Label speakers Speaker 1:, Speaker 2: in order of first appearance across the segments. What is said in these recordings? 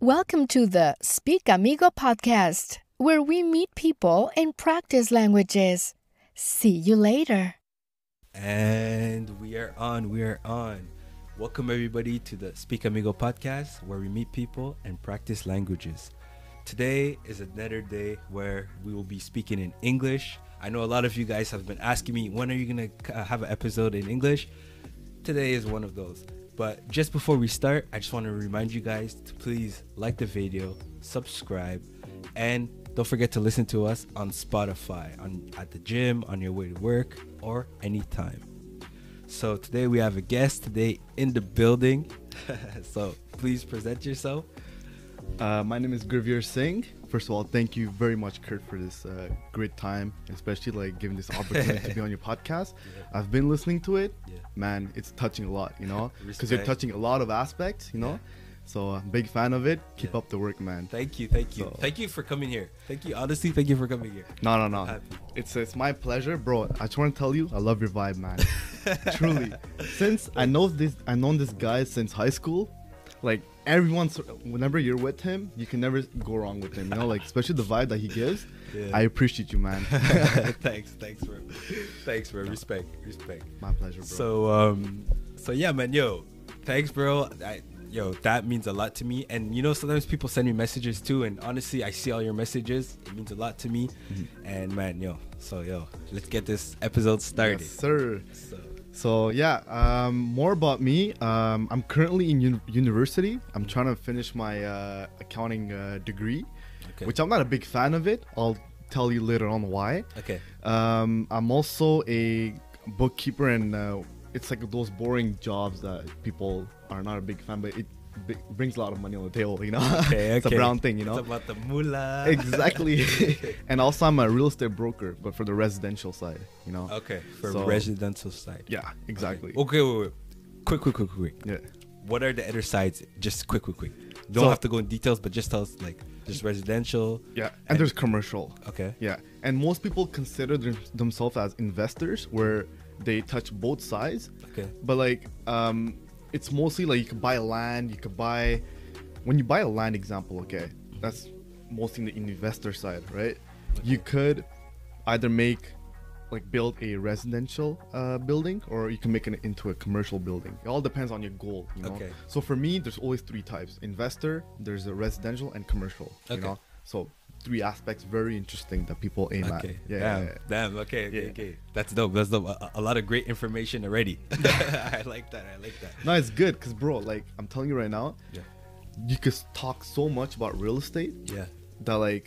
Speaker 1: Welcome to the Speak Amigo podcast, where we meet people and practice languages. See you later.
Speaker 2: And we are on, we are on. Welcome everybody to the Speak Amigo podcast where we meet people and practice languages. Today is another day where we will be speaking in English. I know a lot of you guys have been asking me when are you going to uh, have an episode in English? Today is one of those. But just before we start, I just want to remind you guys to please like the video, subscribe, and don't forget to listen to us on Spotify, on at the gym, on your way to work, or anytime. So today we have a guest today in the building. so please present yourself.
Speaker 3: Uh, my name is Gurveer Singh. First of all, thank you very much, Kurt, for this uh, great time, especially like giving this opportunity to be on your podcast.
Speaker 2: Yeah.
Speaker 3: I've been listening to it.
Speaker 2: Yeah.
Speaker 3: Man, it's touching a lot, you know, because you're
Speaker 2: Respect.
Speaker 3: touching a lot of aspects, you know. So, uh, big fan of it. Keep
Speaker 2: Yeah.
Speaker 3: up the work, man.
Speaker 2: Thank you, thank you,
Speaker 3: So-
Speaker 2: thank you for coming here. Thank you, honestly, thank you for coming here.
Speaker 3: No, no, no.
Speaker 2: Happy.
Speaker 3: It's it's my pleasure, bro. I just want to tell you, I love your vibe, man. Truly, since I know this, I known this guy since high school. Like everyone's, whenever you're with him, you can never go wrong with him. You know, like especially the vibe that he gives.
Speaker 2: Yeah.
Speaker 3: I appreciate you, man.
Speaker 2: thanks, thanks, bro. Thanks, bro. Respect, respect.
Speaker 3: my pleasure, bro.
Speaker 2: So um so yeah man yo thanks bro I, yo that means a lot to me and you know sometimes people send me messages too and honestly I see all your messages it means a lot to me
Speaker 3: Mm-hmm.
Speaker 2: and man yo so yo let's get this episode started
Speaker 3: yes, sir.
Speaker 2: so
Speaker 3: So yeah, um, more about me. Um, I'm currently in uni- university. I'm trying to finish my uh, accounting uh, degree,
Speaker 2: Okay.
Speaker 3: which I'm not a big fan of it. I'll tell you later on why.
Speaker 2: okay
Speaker 3: Um, I'm also a bookkeeper, and uh, it's like those boring jobs that people are not a big fan, but it b- brings a lot of money on the table. You know,
Speaker 2: okay
Speaker 3: it's a
Speaker 2: okay.
Speaker 3: brown thing. You know,
Speaker 2: it's about the moolah
Speaker 3: exactly. and also, I'm a real estate broker, but for the residential side. You know.
Speaker 2: okay for
Speaker 3: So-
Speaker 2: residential side
Speaker 3: Yeah, exactly.
Speaker 2: okay wait, wait. quick quick quick quick
Speaker 3: Yeah.
Speaker 2: what are the other sides just quick quick quick don't
Speaker 3: So-
Speaker 2: have to go in details but just tell us like just residential
Speaker 3: Yeah, and, there's commercial.
Speaker 2: okay
Speaker 3: Yeah, and most people consider them- themselves as investors, where they touch both sides.
Speaker 2: Okay.
Speaker 3: But like, um, it's mostly like you could buy land, you could buy. When you buy a land, example, okay, that's mostly the investor side, right? You could either make, like, build a residential uh, building, or you can make it into a commercial building. It all depends on your goal. You know?
Speaker 2: Okay.
Speaker 3: So for me, there's always three types: investor, there's a residential, and commercial. You
Speaker 2: Okay.
Speaker 3: know. So three aspects very interesting that people aim at.
Speaker 2: Okay.
Speaker 3: Yeah,
Speaker 2: damn.
Speaker 3: yeah, yeah.
Speaker 2: Damn. Okay. Okay.
Speaker 3: Yeah.
Speaker 2: okay. That's dope. That's dope. A, a lot of great information already. I like that. I like that.
Speaker 3: No, it's good because bro, like I'm telling you right now,
Speaker 2: Yeah.
Speaker 3: you could s- talk so much about real estate
Speaker 2: Yeah.
Speaker 3: that like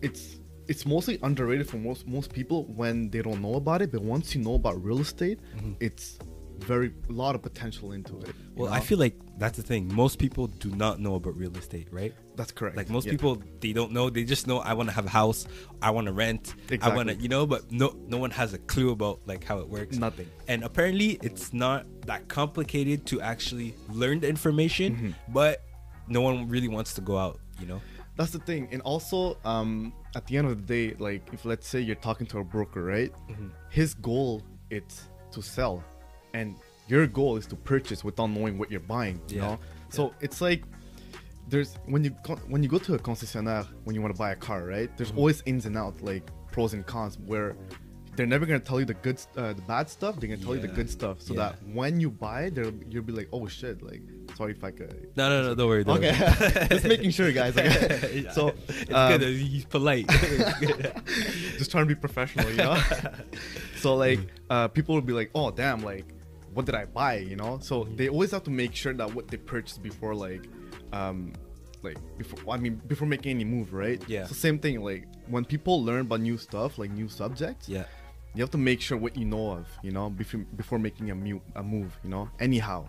Speaker 3: it's it's mostly underrated for most most people when they don't know about it, but once you know about real estate, it's very a lot of potential into it. you
Speaker 2: Mm-hmm. Well, I
Speaker 3: know?
Speaker 2: feel like that's the thing. Most people do not know about real estate, right?
Speaker 3: that's correct.
Speaker 2: Like most
Speaker 3: Yeah.
Speaker 2: people, they don't know. They just know I want to have a house, I want to rent, I want to,
Speaker 3: Exactly.
Speaker 2: you know. But no, no one has a clue about like how it works.
Speaker 3: Nothing.
Speaker 2: And apparently, it's not that complicated to actually learn the information,
Speaker 3: Mm-hmm.
Speaker 2: but no one really wants to go out, you know.
Speaker 3: That's the thing, and also um, at the end of the day, like if let's say you're talking to a broker, right?
Speaker 2: Mm-hmm.
Speaker 3: His goal it's to sell, and your goal is to purchase without knowing what you're buying. You
Speaker 2: Yeah.
Speaker 3: know, so it's like there's when you go- when you go to a concessionaire when you want to buy a car, right?
Speaker 2: Mm-hmm.
Speaker 3: There's always ins and outs, like pros and cons, where they're never gonna tell you the good, st- uh, the bad stuff. They're gonna tell you
Speaker 2: Yeah.
Speaker 3: the good stuff, so
Speaker 2: Yeah.
Speaker 3: that when you buy, it, they'll you'll be like, oh shit, like sorry if I could.
Speaker 2: No, no, no. Don't worry. Don't
Speaker 3: Okay,
Speaker 2: Worry.
Speaker 3: just making sure, guys. Okay.
Speaker 2: Yeah.
Speaker 3: So
Speaker 2: it's
Speaker 3: um,
Speaker 2: good. He's polite. It's good.
Speaker 3: just trying to be professional, you know. so like, uh, people will be like, "Oh, damn! Like, what did I buy?" You know. So
Speaker 2: Mm-hmm.
Speaker 3: they always have to make sure that what they purchased before, like, um, like before. I mean, before making any move, right?
Speaker 2: Yeah.
Speaker 3: So same thing. Like when people learn about new stuff, like new subjects.
Speaker 2: yeah.
Speaker 3: You have to make sure what you know of, you know, before before making a, mu- a move, you know. Anyhow,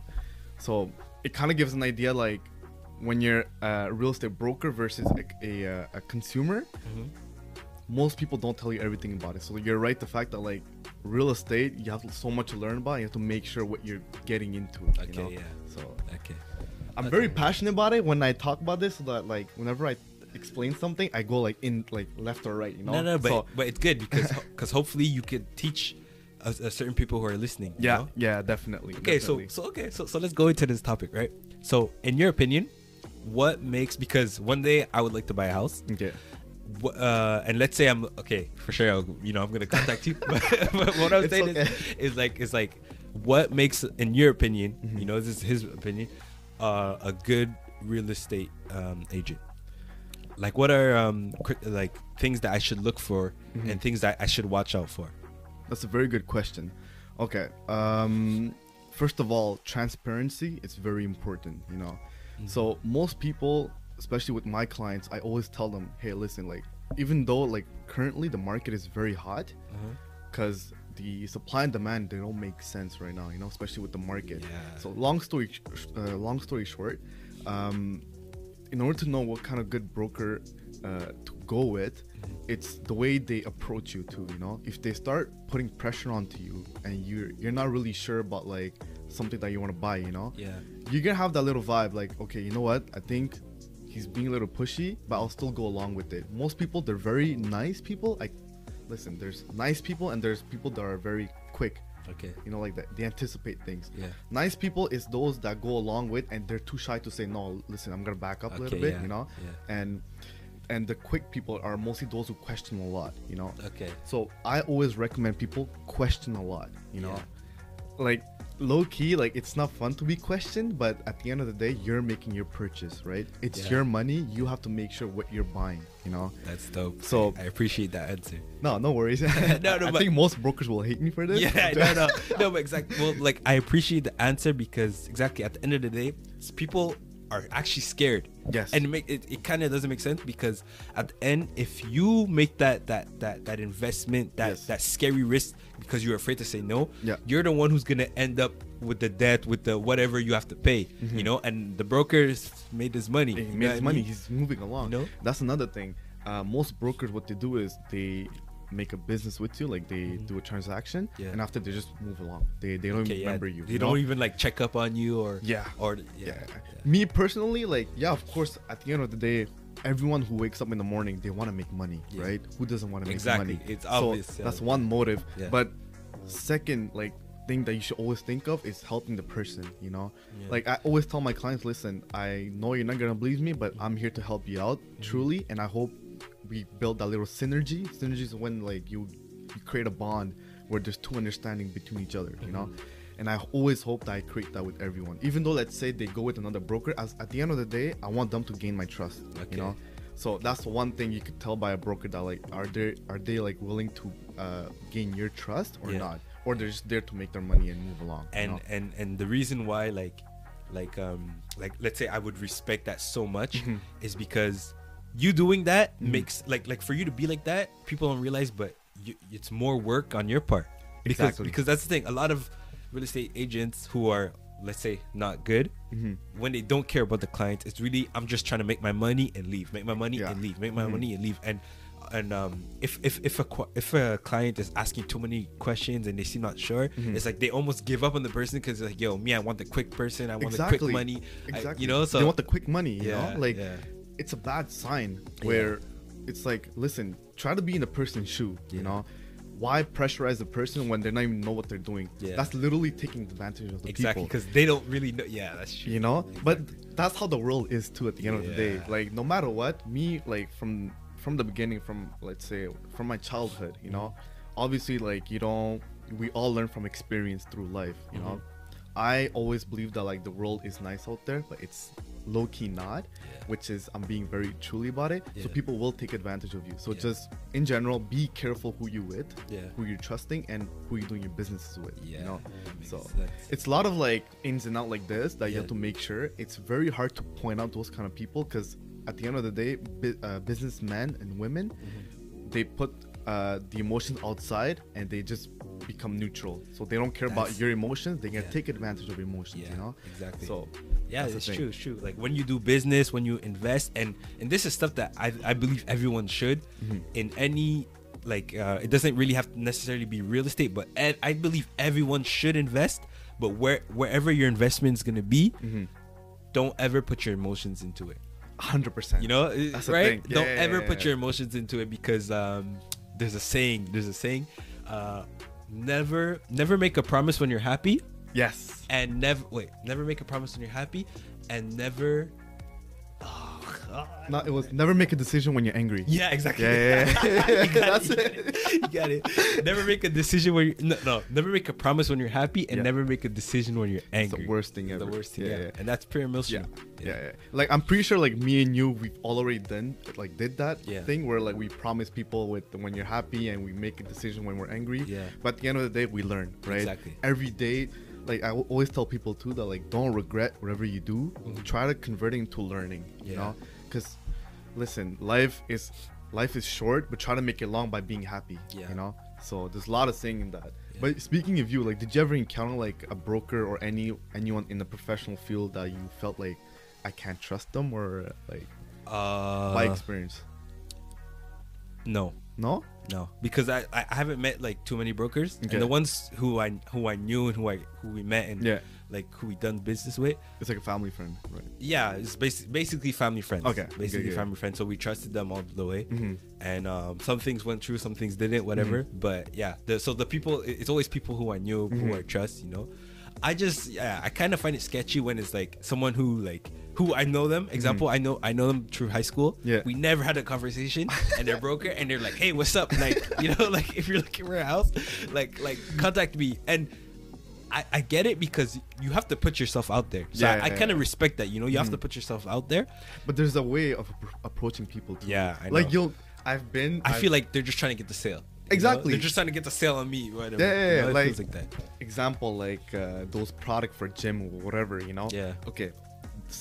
Speaker 3: so it kind of gives an idea like when you're a real estate broker versus a a, uh, a consumer.
Speaker 2: Mm-hmm.
Speaker 3: Most people don't tell you everything about it. So you're right. The fact that like real estate, you have so much to learn about. You have to make sure what you're getting into. you
Speaker 2: Okay,
Speaker 3: know?
Speaker 2: yeah.
Speaker 3: So
Speaker 2: Okay.
Speaker 3: I'm very passionate about it when I talk about this. So that like whenever I explain something, I go like in like left or right. You know.
Speaker 2: No, no, but
Speaker 3: So-
Speaker 2: but it's good because because hopefully you could teach a, a certain people who are listening. you
Speaker 3: yeah,
Speaker 2: know?
Speaker 3: yeah, definitely.
Speaker 2: Okay,
Speaker 3: definitely.
Speaker 2: so so okay, so so let's go into this topic, right? So, in your opinion, what makes because one day I would like to buy a house.
Speaker 3: Okay.
Speaker 2: Wh- Uh, and let's say I'm okay for sure. I'll, you know, I'm gonna contact you. but what I'm
Speaker 3: It's
Speaker 2: saying
Speaker 3: okay.
Speaker 2: is, is like, is like, what makes, in your opinion,
Speaker 3: Mm-hmm.
Speaker 2: you know, this is his opinion, uh, a good real estate um, agent. Like, what are um, cri- like things that I should look for
Speaker 3: Mm-hmm.
Speaker 2: and things that I should watch out for?
Speaker 3: That's a very good question. Okay. Um, first of all, transparency is very important, you know. So most people, especially with my clients, I always tell them, hey, listen, like, even though like currently the market is very hot, because the supply and demand they don't make sense right now, you know, especially with the market.
Speaker 2: Yeah.
Speaker 3: So long story, sh- uh, long story short, um, in order to know what kind of good broker uh, to go with,
Speaker 2: Mm-hmm.
Speaker 3: it's the way they approach you too. You know, if they start putting pressure onto you and you're you're not really sure about like something that you want to buy, you know,
Speaker 2: Yeah.
Speaker 3: you're gonna have that little vibe like, okay, you know what? I think he's being a little pushy, but I'll still go along with it. Most people, they're very nice people. Like, listen, there's nice people and there's people that are very quick.
Speaker 2: Okay.
Speaker 3: You know, like that they anticipate things.
Speaker 2: Yeah.
Speaker 3: Nice people is those that go along with and they're too shy to say no. Listen, I'm gonna back up a little
Speaker 2: Okay,
Speaker 3: bit.
Speaker 2: yeah,
Speaker 3: You know,
Speaker 2: yeah.
Speaker 3: and and the quick people are mostly those who question a lot. You know.
Speaker 2: Okay.
Speaker 3: So I always recommend people question a lot. You know, like low key, like it's not fun to be questioned, but at the end of the day, you're making your purchase, right? It's
Speaker 2: Yeah.
Speaker 3: your money. You have to make sure what you're buying. You know.
Speaker 2: That's dope.
Speaker 3: So-
Speaker 2: I appreciate that answer.
Speaker 3: No, no worries. no,
Speaker 2: No, no,
Speaker 3: I
Speaker 2: but-
Speaker 3: think most brokers will hate me for this.
Speaker 2: Yeah, no, no, no, but exactly. Well, like I appreciate the answer because exactly at the end of the day, s- people are actually scared.
Speaker 3: Yes.
Speaker 2: and it make it, it kind of doesn't make sense because at the end, if you make that that that that investment, that
Speaker 3: Yes.
Speaker 2: that scary risk because you're afraid to say no,
Speaker 3: Yeah.
Speaker 2: you're the one who's gonna end up with the debt, with the whatever you have to pay, you know. And the broker's made his money.
Speaker 3: Mm-hmm. He
Speaker 2: you know what
Speaker 3: made his
Speaker 2: I
Speaker 3: money.
Speaker 2: mean?
Speaker 3: He's moving along.
Speaker 2: You know?
Speaker 3: That's another thing. Uh, most brokers, what they do is they make a business with you, like they do a transaction,
Speaker 2: Mm-hmm. Yeah.
Speaker 3: and after they just move along. They, they don't
Speaker 2: Okay, yeah,
Speaker 3: remember you.
Speaker 2: They
Speaker 3: you
Speaker 2: don't
Speaker 3: know?
Speaker 2: even like check up on you or
Speaker 3: Yeah.
Speaker 2: or
Speaker 3: Yeah.
Speaker 2: yeah.
Speaker 3: Me personally, like yeah, of course. At the end of the day, everyone who wakes up in the morning, they want to make money,
Speaker 2: Yeah.
Speaker 3: right? Who doesn't want to make
Speaker 2: Exactly.
Speaker 3: money?
Speaker 2: It's
Speaker 3: So
Speaker 2: obvious, yeah.
Speaker 3: That's one motive.
Speaker 2: Yeah.
Speaker 3: But second, like thing that you should always think of is helping the person. You know,
Speaker 2: Yeah.
Speaker 3: like I always tell my clients, listen, I know you're not gonna believe me, but
Speaker 2: Mm.
Speaker 3: I'm here to help you out
Speaker 2: Mm-hmm.
Speaker 3: truly, and I hope we build that little synergy. Synergy is when like you you create a bond where there's two understanding between each other. You know.
Speaker 2: Mm-hmm.
Speaker 3: And I always hope that I create that with everyone. Even though, let's say they go with another broker, as at the end of the day, I want them to gain my trust.
Speaker 2: Okay.
Speaker 3: You know, so that's the one thing you could tell by a broker that like are they are they like willing to uh, gain your trust or
Speaker 2: Yeah.
Speaker 3: not, or they're just there to make their money and move along. you
Speaker 2: and
Speaker 3: know?
Speaker 2: and and the reason why like like um like let's say i would respect that so much is because you doing that makes like like for you to be like that people don't realize but you, it's more work on your part because
Speaker 3: Exactly.
Speaker 2: because that's the thing a lot of real estate agents who are let's say not good
Speaker 3: Mm-hmm.
Speaker 2: when they don't care about the clients it's really i'm just trying to make my money and leave make my money
Speaker 3: Yeah. Mm-hmm.
Speaker 2: and leave make my money and leave and and um, if if if a qu- if a client is asking too many questions and they seem not sure,
Speaker 3: Mm-hmm.
Speaker 2: it's like they almost give up on the person because like, yo, me, I want the quick person, I want the quick money, I-
Speaker 3: Exactly.
Speaker 2: you know. So
Speaker 3: they want the quick money. You
Speaker 2: Yeah,
Speaker 3: know, like
Speaker 2: yeah.
Speaker 3: it's a bad sign where it's like, listen, try to be in the person's shoe.
Speaker 2: Yeah.
Speaker 3: You know, why pressurize the person when they don't even know what they're doing?
Speaker 2: Yeah.
Speaker 3: That's literally taking advantage of the
Speaker 2: exactly
Speaker 3: people.
Speaker 2: because they don't really know. Yeah, that's true.
Speaker 3: you know but that's how the world is too at the end of the day
Speaker 2: Yeah.
Speaker 3: like no matter what me like from from the beginning from let's say from my childhood you know
Speaker 2: Mm-hmm.
Speaker 3: obviously like you don't we all learn from experience through life you know
Speaker 2: Mm-hmm.
Speaker 3: i always believe that like the world is nice out there but it's low-key not
Speaker 2: Yeah.
Speaker 3: which is i'm being very truly about it
Speaker 2: Yeah.
Speaker 3: so people will take advantage of you so
Speaker 2: Yeah.
Speaker 3: just in general be careful who you with
Speaker 2: Yeah.
Speaker 3: who you're trusting and who you're doing your businesses with
Speaker 2: Yeah,
Speaker 3: you know
Speaker 2: that makes
Speaker 3: so
Speaker 2: sense.
Speaker 3: it's a lot of like ins and out like this that you
Speaker 2: Yeah.
Speaker 3: have to make sure it's very hard to point out those kind of people because at the end of the day bu- uh, businessmen and women
Speaker 2: Mm-hmm.
Speaker 3: they put uh, the emotions outside and they just become neutral so they don't care about
Speaker 2: That's-
Speaker 3: your emotions they can
Speaker 2: yeah.
Speaker 3: take advantage of your emotions
Speaker 2: yeah,
Speaker 3: you know
Speaker 2: exactly.
Speaker 3: so
Speaker 2: yeah,
Speaker 3: that's the
Speaker 2: it's
Speaker 3: thing.
Speaker 2: true, it's true. Like when you do business, when you invest, and and this is stuff that I I believe everyone should
Speaker 3: Mm-hmm.
Speaker 2: in any like uh, it doesn't really have to necessarily be real estate, but e- I believe everyone should invest. But where wherever your investment is gonna be,
Speaker 3: Mm-hmm.
Speaker 2: don't ever put your emotions into it.
Speaker 3: 100%
Speaker 2: You know, i-
Speaker 3: That's the
Speaker 2: right?
Speaker 3: thing.
Speaker 2: Don't
Speaker 3: Yeah,
Speaker 2: ever
Speaker 3: yeah,
Speaker 2: put
Speaker 3: yeah.
Speaker 2: your emotions into it because um, there's a saying. There's a saying. Uh, never, never make a promise when you're happy,
Speaker 3: yes
Speaker 2: and never wait. Never make a promise when you're happy, and never oh, I
Speaker 3: No,
Speaker 2: don't
Speaker 3: it
Speaker 2: know."
Speaker 3: was never make a decision when you're angry.
Speaker 2: Yeah, exactly.
Speaker 3: Yeah, yeah, yeah.
Speaker 2: you got
Speaker 3: That's
Speaker 2: it. You got it. Never make a decision when you no, no, never make a promise when you're happy, and
Speaker 3: Yeah.
Speaker 2: never make a decision when you're angry.
Speaker 3: worst thing ever.
Speaker 2: The worst thing
Speaker 3: Yeah,
Speaker 2: ever.
Speaker 3: yeah.
Speaker 2: And that's pure
Speaker 3: Yeah.
Speaker 2: emotion.
Speaker 3: Yeah. yeah, Like I'm pretty sure like me and you we've all already done like did that
Speaker 2: Yeah.
Speaker 3: thing where like we promise people with when you're happy and we make a decision when we're angry.
Speaker 2: Yeah.
Speaker 3: But at the end of the day we learn, right?
Speaker 2: Exactly.
Speaker 3: Every day like I will always tell people too that like don't regret whatever you do. Try to convert it into learning, you
Speaker 2: Mm-hmm. Yeah.
Speaker 3: know? Cuz listen, life is life is short, but try to make it long by being happy,
Speaker 2: Yeah.
Speaker 3: you know? So there's a lot of saying in that.
Speaker 2: Yeah.
Speaker 3: But speaking of you, like, did you ever encounter like a broker or any anyone in the professional field that you felt like I can't trust them or like
Speaker 2: Uh,
Speaker 3: by experience?
Speaker 2: no,
Speaker 3: No.
Speaker 2: no, because I, I I haven't met like too many brokers,
Speaker 3: Okay.
Speaker 2: and the ones who I who I knew and who I who we met and
Speaker 3: Yeah.
Speaker 2: like who we done business with,
Speaker 3: It's like a family friend, right?
Speaker 2: yeah, it's basi- basically family friends.
Speaker 3: Okay, Mm-hmm. okay,
Speaker 2: Basically
Speaker 3: yeah.
Speaker 2: family friends. So we trusted them all the way. And um, some things went true, some things didn't, whatever.
Speaker 3: Mm-hmm.
Speaker 2: But yeah, the, so the people, it- it's always people who I knew, who I trust, you know. I just, yeah, I kind of find it sketchy when it's like someone who, like, who I know them. Example, I know I know them through high school.
Speaker 3: Mm-hmm. Yeah.
Speaker 2: We never had a conversation and they're broker and they're like, hey, what's up? Like, you know, like if you're looking for a house, like, like contact me. And I, I get it because you have to put yourself out there. So
Speaker 3: Yeah,
Speaker 2: I, I
Speaker 3: yeah,
Speaker 2: kind
Speaker 3: yeah. Mm.
Speaker 2: of respect that. You know, you have to put yourself out there.
Speaker 3: But there's a way of appro- approaching people too.
Speaker 2: Yeah, I know.
Speaker 3: Like you'll, I've been.
Speaker 2: I
Speaker 3: I've-
Speaker 2: feel like they're just trying to get the sale. you know?
Speaker 3: Exactly.
Speaker 2: They're just trying to get the sale on me. Whatever.
Speaker 3: Yeah, yeah,
Speaker 2: you
Speaker 3: yeah,
Speaker 2: know, it
Speaker 3: like-
Speaker 2: feels like that.
Speaker 3: example like uh, those product for gym or whatever you know
Speaker 2: Yeah.
Speaker 3: okay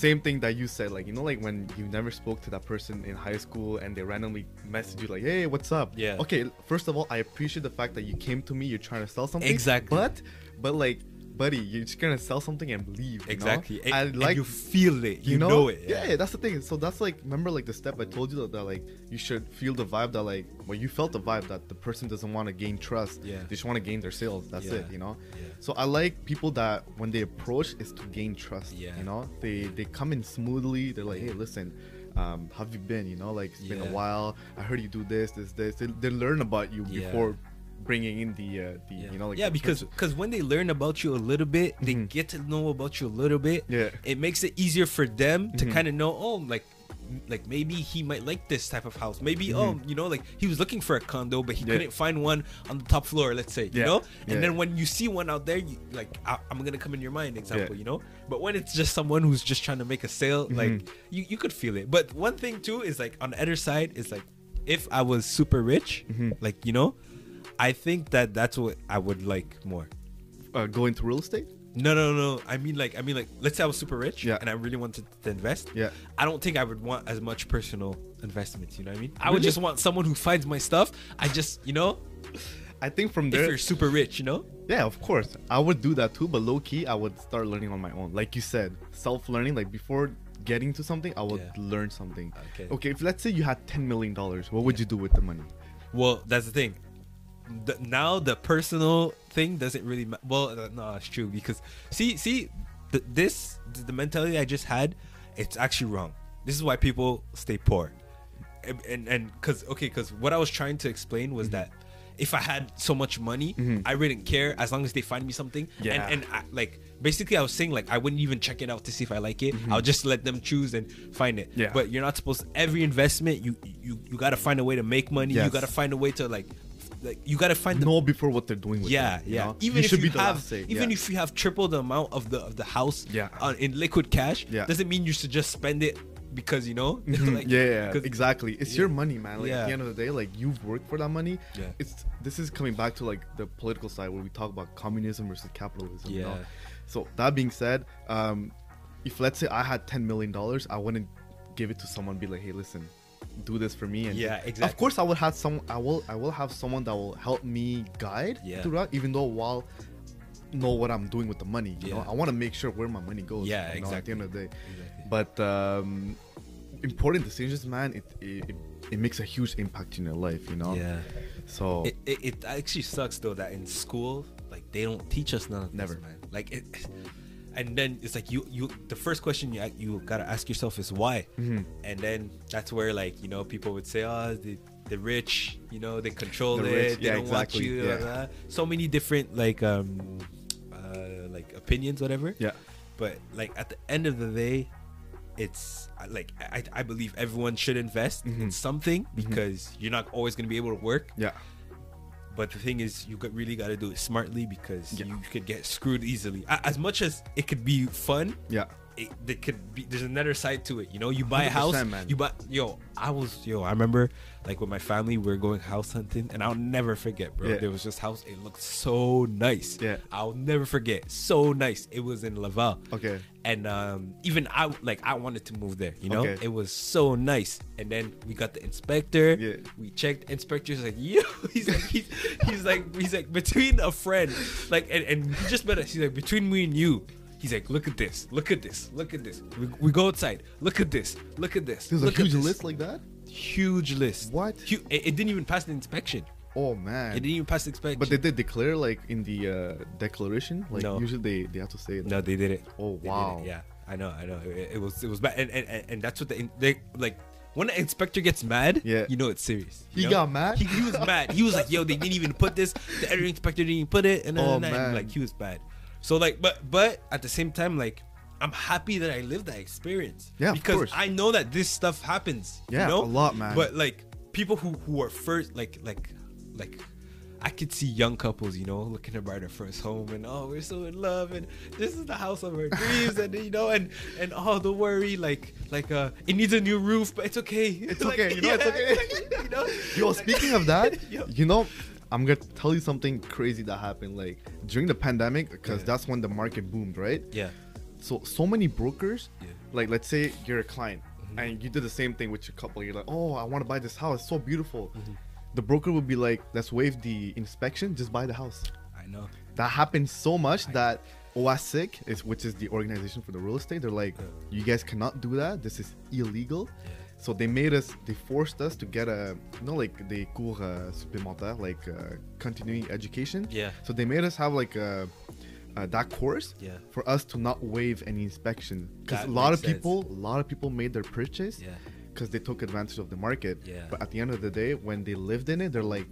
Speaker 3: same thing that you said like you know like when you never spoke to that person in high school and they randomly message you like hey what's up
Speaker 2: Yeah.
Speaker 3: okay first of all i appreciate the fact that you came to me you're trying to sell something
Speaker 2: Exactly.
Speaker 3: but but like buddy you're just gonna sell something and leave you know?
Speaker 2: Exactly. And,
Speaker 3: i
Speaker 2: and
Speaker 3: like
Speaker 2: you feel it. You, know? it.
Speaker 3: yeah. that's the thing. So that's like, remember like the step I told you that, that like you should feel the vibe that like, well, you felt the vibe that the person doesn't want to gain trust.
Speaker 2: Yeah.
Speaker 3: They just want to gain their sales. That's
Speaker 2: Yeah.
Speaker 3: it, you know.
Speaker 2: Yeah.
Speaker 3: So I like people that when they approach is to gain trust.
Speaker 2: Yeah.
Speaker 3: You know, they they come in smoothly. They're like, hey, listen. Um, how have you been? You know, like it's been
Speaker 2: Yeah.
Speaker 3: a while. I heard you do this, this, this. They, they learn about you
Speaker 2: Yeah.
Speaker 3: before bringing in the, uh, the
Speaker 2: Yeah.
Speaker 3: you know, like
Speaker 2: yeah,
Speaker 3: the
Speaker 2: because
Speaker 3: person.
Speaker 2: because when they learn about you a little bit, they get to know about you a little bit.
Speaker 3: Yeah. Mm-hmm.
Speaker 2: it makes it easier for them to kind of know. Oh, like like maybe he might like this type of house. Maybe oh, you know, like he was looking for a condo, but he
Speaker 3: Mm-hmm. Yeah.
Speaker 2: couldn't find one on the top floor. Let's say, you
Speaker 3: Yeah.
Speaker 2: know. And
Speaker 3: Yeah.
Speaker 2: then when you see one out there, you, like I, I'm gonna come in your mind, example,
Speaker 3: Yeah. Mm-hmm.
Speaker 2: you know. But when it's just someone who's just trying to make a sale, like you you could feel it. But one thing too is like on the other side is like if I was super rich,
Speaker 3: Mm-hmm.
Speaker 2: like you know. I think that that's what I would like more.
Speaker 3: uh, going to real estate.
Speaker 2: No, no, no. I mean, like, I mean, like, let's say I was super rich,
Speaker 3: Yeah.
Speaker 2: and I really wanted to invest.
Speaker 3: Yeah.
Speaker 2: I don't think I would want as much personal investments. You know what I mean? I would
Speaker 3: Really?
Speaker 2: just want someone who finds my stuff. I just, you know,
Speaker 3: I think from
Speaker 2: if
Speaker 3: there,
Speaker 2: you're super rich, you know.
Speaker 3: Yeah, of course. I would do that too, but low key, I would start learning on my own. Like you said, self learning. Like before getting to something, I would
Speaker 2: Yeah.
Speaker 3: learn something.
Speaker 2: Okay.
Speaker 3: Okay, if let's say you had $10 million, what would you do with the money?
Speaker 2: Well, that's the thing. The, now the personal thing doesn't really. Ma- well, uh, no, it's true because see, see, th- this th- the mentality I just had, it's actually wrong. This is why people stay poor, And- and and because okay, because what I was trying to explain
Speaker 3: Mm-hmm.
Speaker 2: was that if I had so much money, I wouldn't care as long as they find me something.
Speaker 3: Yeah.
Speaker 2: And, and I, like basically, I was saying like I wouldn't even check it out to see if I like it. I'll just let them choose and find it.
Speaker 3: Mm-hmm. Yeah.
Speaker 2: But you're not supposed. every investment, you you you got to find a way to make money. You
Speaker 3: Yes.
Speaker 2: got to find a way to like like you gotta find the
Speaker 3: Know before what they're doing with
Speaker 2: yeah
Speaker 3: them, you
Speaker 2: yeah
Speaker 3: know?
Speaker 2: even
Speaker 3: You
Speaker 2: if
Speaker 3: should
Speaker 2: you
Speaker 3: be the
Speaker 2: have
Speaker 3: last say,
Speaker 2: even
Speaker 3: yeah.
Speaker 2: if you have triple the amount of the of the house
Speaker 3: Yeah.
Speaker 2: on, in liquid cash
Speaker 3: Yeah. Mm-hmm.
Speaker 2: doesn't mean you should just spend it because you know like,
Speaker 3: yeah, yeah,
Speaker 2: 'cause-
Speaker 3: exactly. It's your money, man. Like at
Speaker 2: Yeah.
Speaker 3: the end of the day, like you've worked for that money.
Speaker 2: Yeah.
Speaker 3: It's this is coming back to like the political side where we talk about communism versus capitalism. You know?
Speaker 2: Yeah.
Speaker 3: So that being said, um, if let's say I had ten million dollars, I wouldn't give it to someone. Be like, hey, listen, do this for me. And
Speaker 2: Yeah,
Speaker 3: Of
Speaker 2: exactly.
Speaker 3: course, I will have some. I will. I will have someone that will help me guide
Speaker 2: Yeah.
Speaker 3: throughout. Even though while know what I'm doing with the money. You know,
Speaker 2: Yeah.
Speaker 3: I want to make sure where my money goes.
Speaker 2: Yeah,
Speaker 3: you know, At the
Speaker 2: exactly.
Speaker 3: end of the day,
Speaker 2: Exactly.
Speaker 3: but. um important decisions, man, it, it it- it makes a huge impact in your life, you know.
Speaker 2: yeah
Speaker 3: So
Speaker 2: it, it, it actually sucks though that in school like they don't teach us none of this,
Speaker 3: Never.
Speaker 2: man like it and then it's like you you the first question you ac- you gotta ask yourself is why
Speaker 3: Mm-hmm.
Speaker 2: and then that's where like you know people would say oh the the rich you know they control
Speaker 3: The
Speaker 2: it
Speaker 3: rich,
Speaker 2: they
Speaker 3: yeah,
Speaker 2: don't
Speaker 3: exactly,
Speaker 2: want you
Speaker 3: yeah.
Speaker 2: blah, blah. so many different like um uh like opinions whatever
Speaker 3: yeah,
Speaker 2: but like at the end of the day it's I- like I, I believe everyone should invest
Speaker 3: Mm-hmm.
Speaker 2: in something because you're not always going to be able to work.
Speaker 3: Yeah.
Speaker 2: But the thing is, you got, really got to do it smartly because
Speaker 3: Yeah.
Speaker 2: you could get screwed easily. A- As much as it could be fun,
Speaker 3: Yeah.
Speaker 2: it, there could be there's another side to it. You know, you buy a house,
Speaker 3: 100%, man.
Speaker 2: you buy yo. I was yo. I remember like with my family, we were going house hunting, and I'll never forget, bro.
Speaker 3: Yeah.
Speaker 2: There was this house. It looked so nice.
Speaker 3: Yeah.
Speaker 2: I'll never forget. So nice. It was in Laval.
Speaker 3: Okay.
Speaker 2: And um, even I like I wanted to move there. You know,
Speaker 3: Okay.
Speaker 2: it was so nice. And then we got the inspector.
Speaker 3: Yeah.
Speaker 2: We checked. Inspector's like yo. He's like he's, he's like he's like between a friend, like and, and he just met us. He's like between me and you. He's like, look at this, look at this, look at this. We, we go outside. Look at this, look at this.
Speaker 3: There's
Speaker 2: look
Speaker 3: a
Speaker 2: at
Speaker 3: huge
Speaker 2: this."
Speaker 3: list like that.
Speaker 2: Huge list.
Speaker 3: What?
Speaker 2: Hu- it, it didn't even pass the inspection.
Speaker 3: Oh
Speaker 2: It
Speaker 3: man.
Speaker 2: didn't even pass the inspection.
Speaker 3: But they did declare like in the uh, declaration. Like
Speaker 2: No.
Speaker 3: usually they, they have to say. Like,
Speaker 2: No, they did it.
Speaker 3: Oh,
Speaker 2: They did it,
Speaker 3: wow.
Speaker 2: Yeah, I know, I know. It, it was it was bad, and and, and, and that's what the, in- they like. When the inspector gets mad,
Speaker 3: Yeah.
Speaker 2: you know it's serious.
Speaker 3: He
Speaker 2: you know?
Speaker 3: got mad?
Speaker 2: He, he was mad. He was like, "Yo, they didn't even put this. The editor inspector didn't even put it." And, then
Speaker 3: Oh, man.
Speaker 2: like he was bad. So like, but but at the same time, like, I'm happy that I lived that experience.
Speaker 3: Yeah, of
Speaker 2: because
Speaker 3: course.
Speaker 2: I know that this stuff happens. you
Speaker 3: Yeah,
Speaker 2: know?
Speaker 3: a lot, man.
Speaker 2: But like people who who are first, like like like. I could see young couples, you know, looking to buy their first home, and oh, we're so in love, and this is the house of our dreams, and you know, and and all the worry, like like uh, it needs a new roof, but it's okay, it's
Speaker 3: okay, you know, it's okay.
Speaker 2: you know,
Speaker 3: Yo, speaking of that,
Speaker 2: Yo.
Speaker 3: you know, I'm gonna tell you something crazy that happened like during the pandemic because
Speaker 2: Yeah.
Speaker 3: that's when the market boomed, right?
Speaker 2: yeah,
Speaker 3: So so many brokers,
Speaker 2: Yeah.
Speaker 3: like let's say you're a client and you did the same thing with your couple. You're like, oh, I want to buy this house. It's so beautiful. The broker would be like, let's waive the inspection, just buy the house.
Speaker 2: I know,
Speaker 3: That happened so much that OASIC, is, which is the organization for the real estate, they're like,
Speaker 2: Yeah.
Speaker 3: you guys cannot do that. This is illegal.
Speaker 2: Yeah.
Speaker 3: So they made us, they forced us to get a, you know, like the cours uh, supplémentaires, like uh, continuing education.
Speaker 2: Yeah.
Speaker 3: So they made us have like a, uh, that course
Speaker 2: Yeah.
Speaker 3: for us to not waive any inspection because
Speaker 2: That
Speaker 3: a lot of
Speaker 2: makes sense.
Speaker 3: people, a lot of people made their purchase
Speaker 2: Yeah.
Speaker 3: because they took advantage of the market.
Speaker 2: Yeah.
Speaker 3: But at the end of the day, when they lived in it, they're like,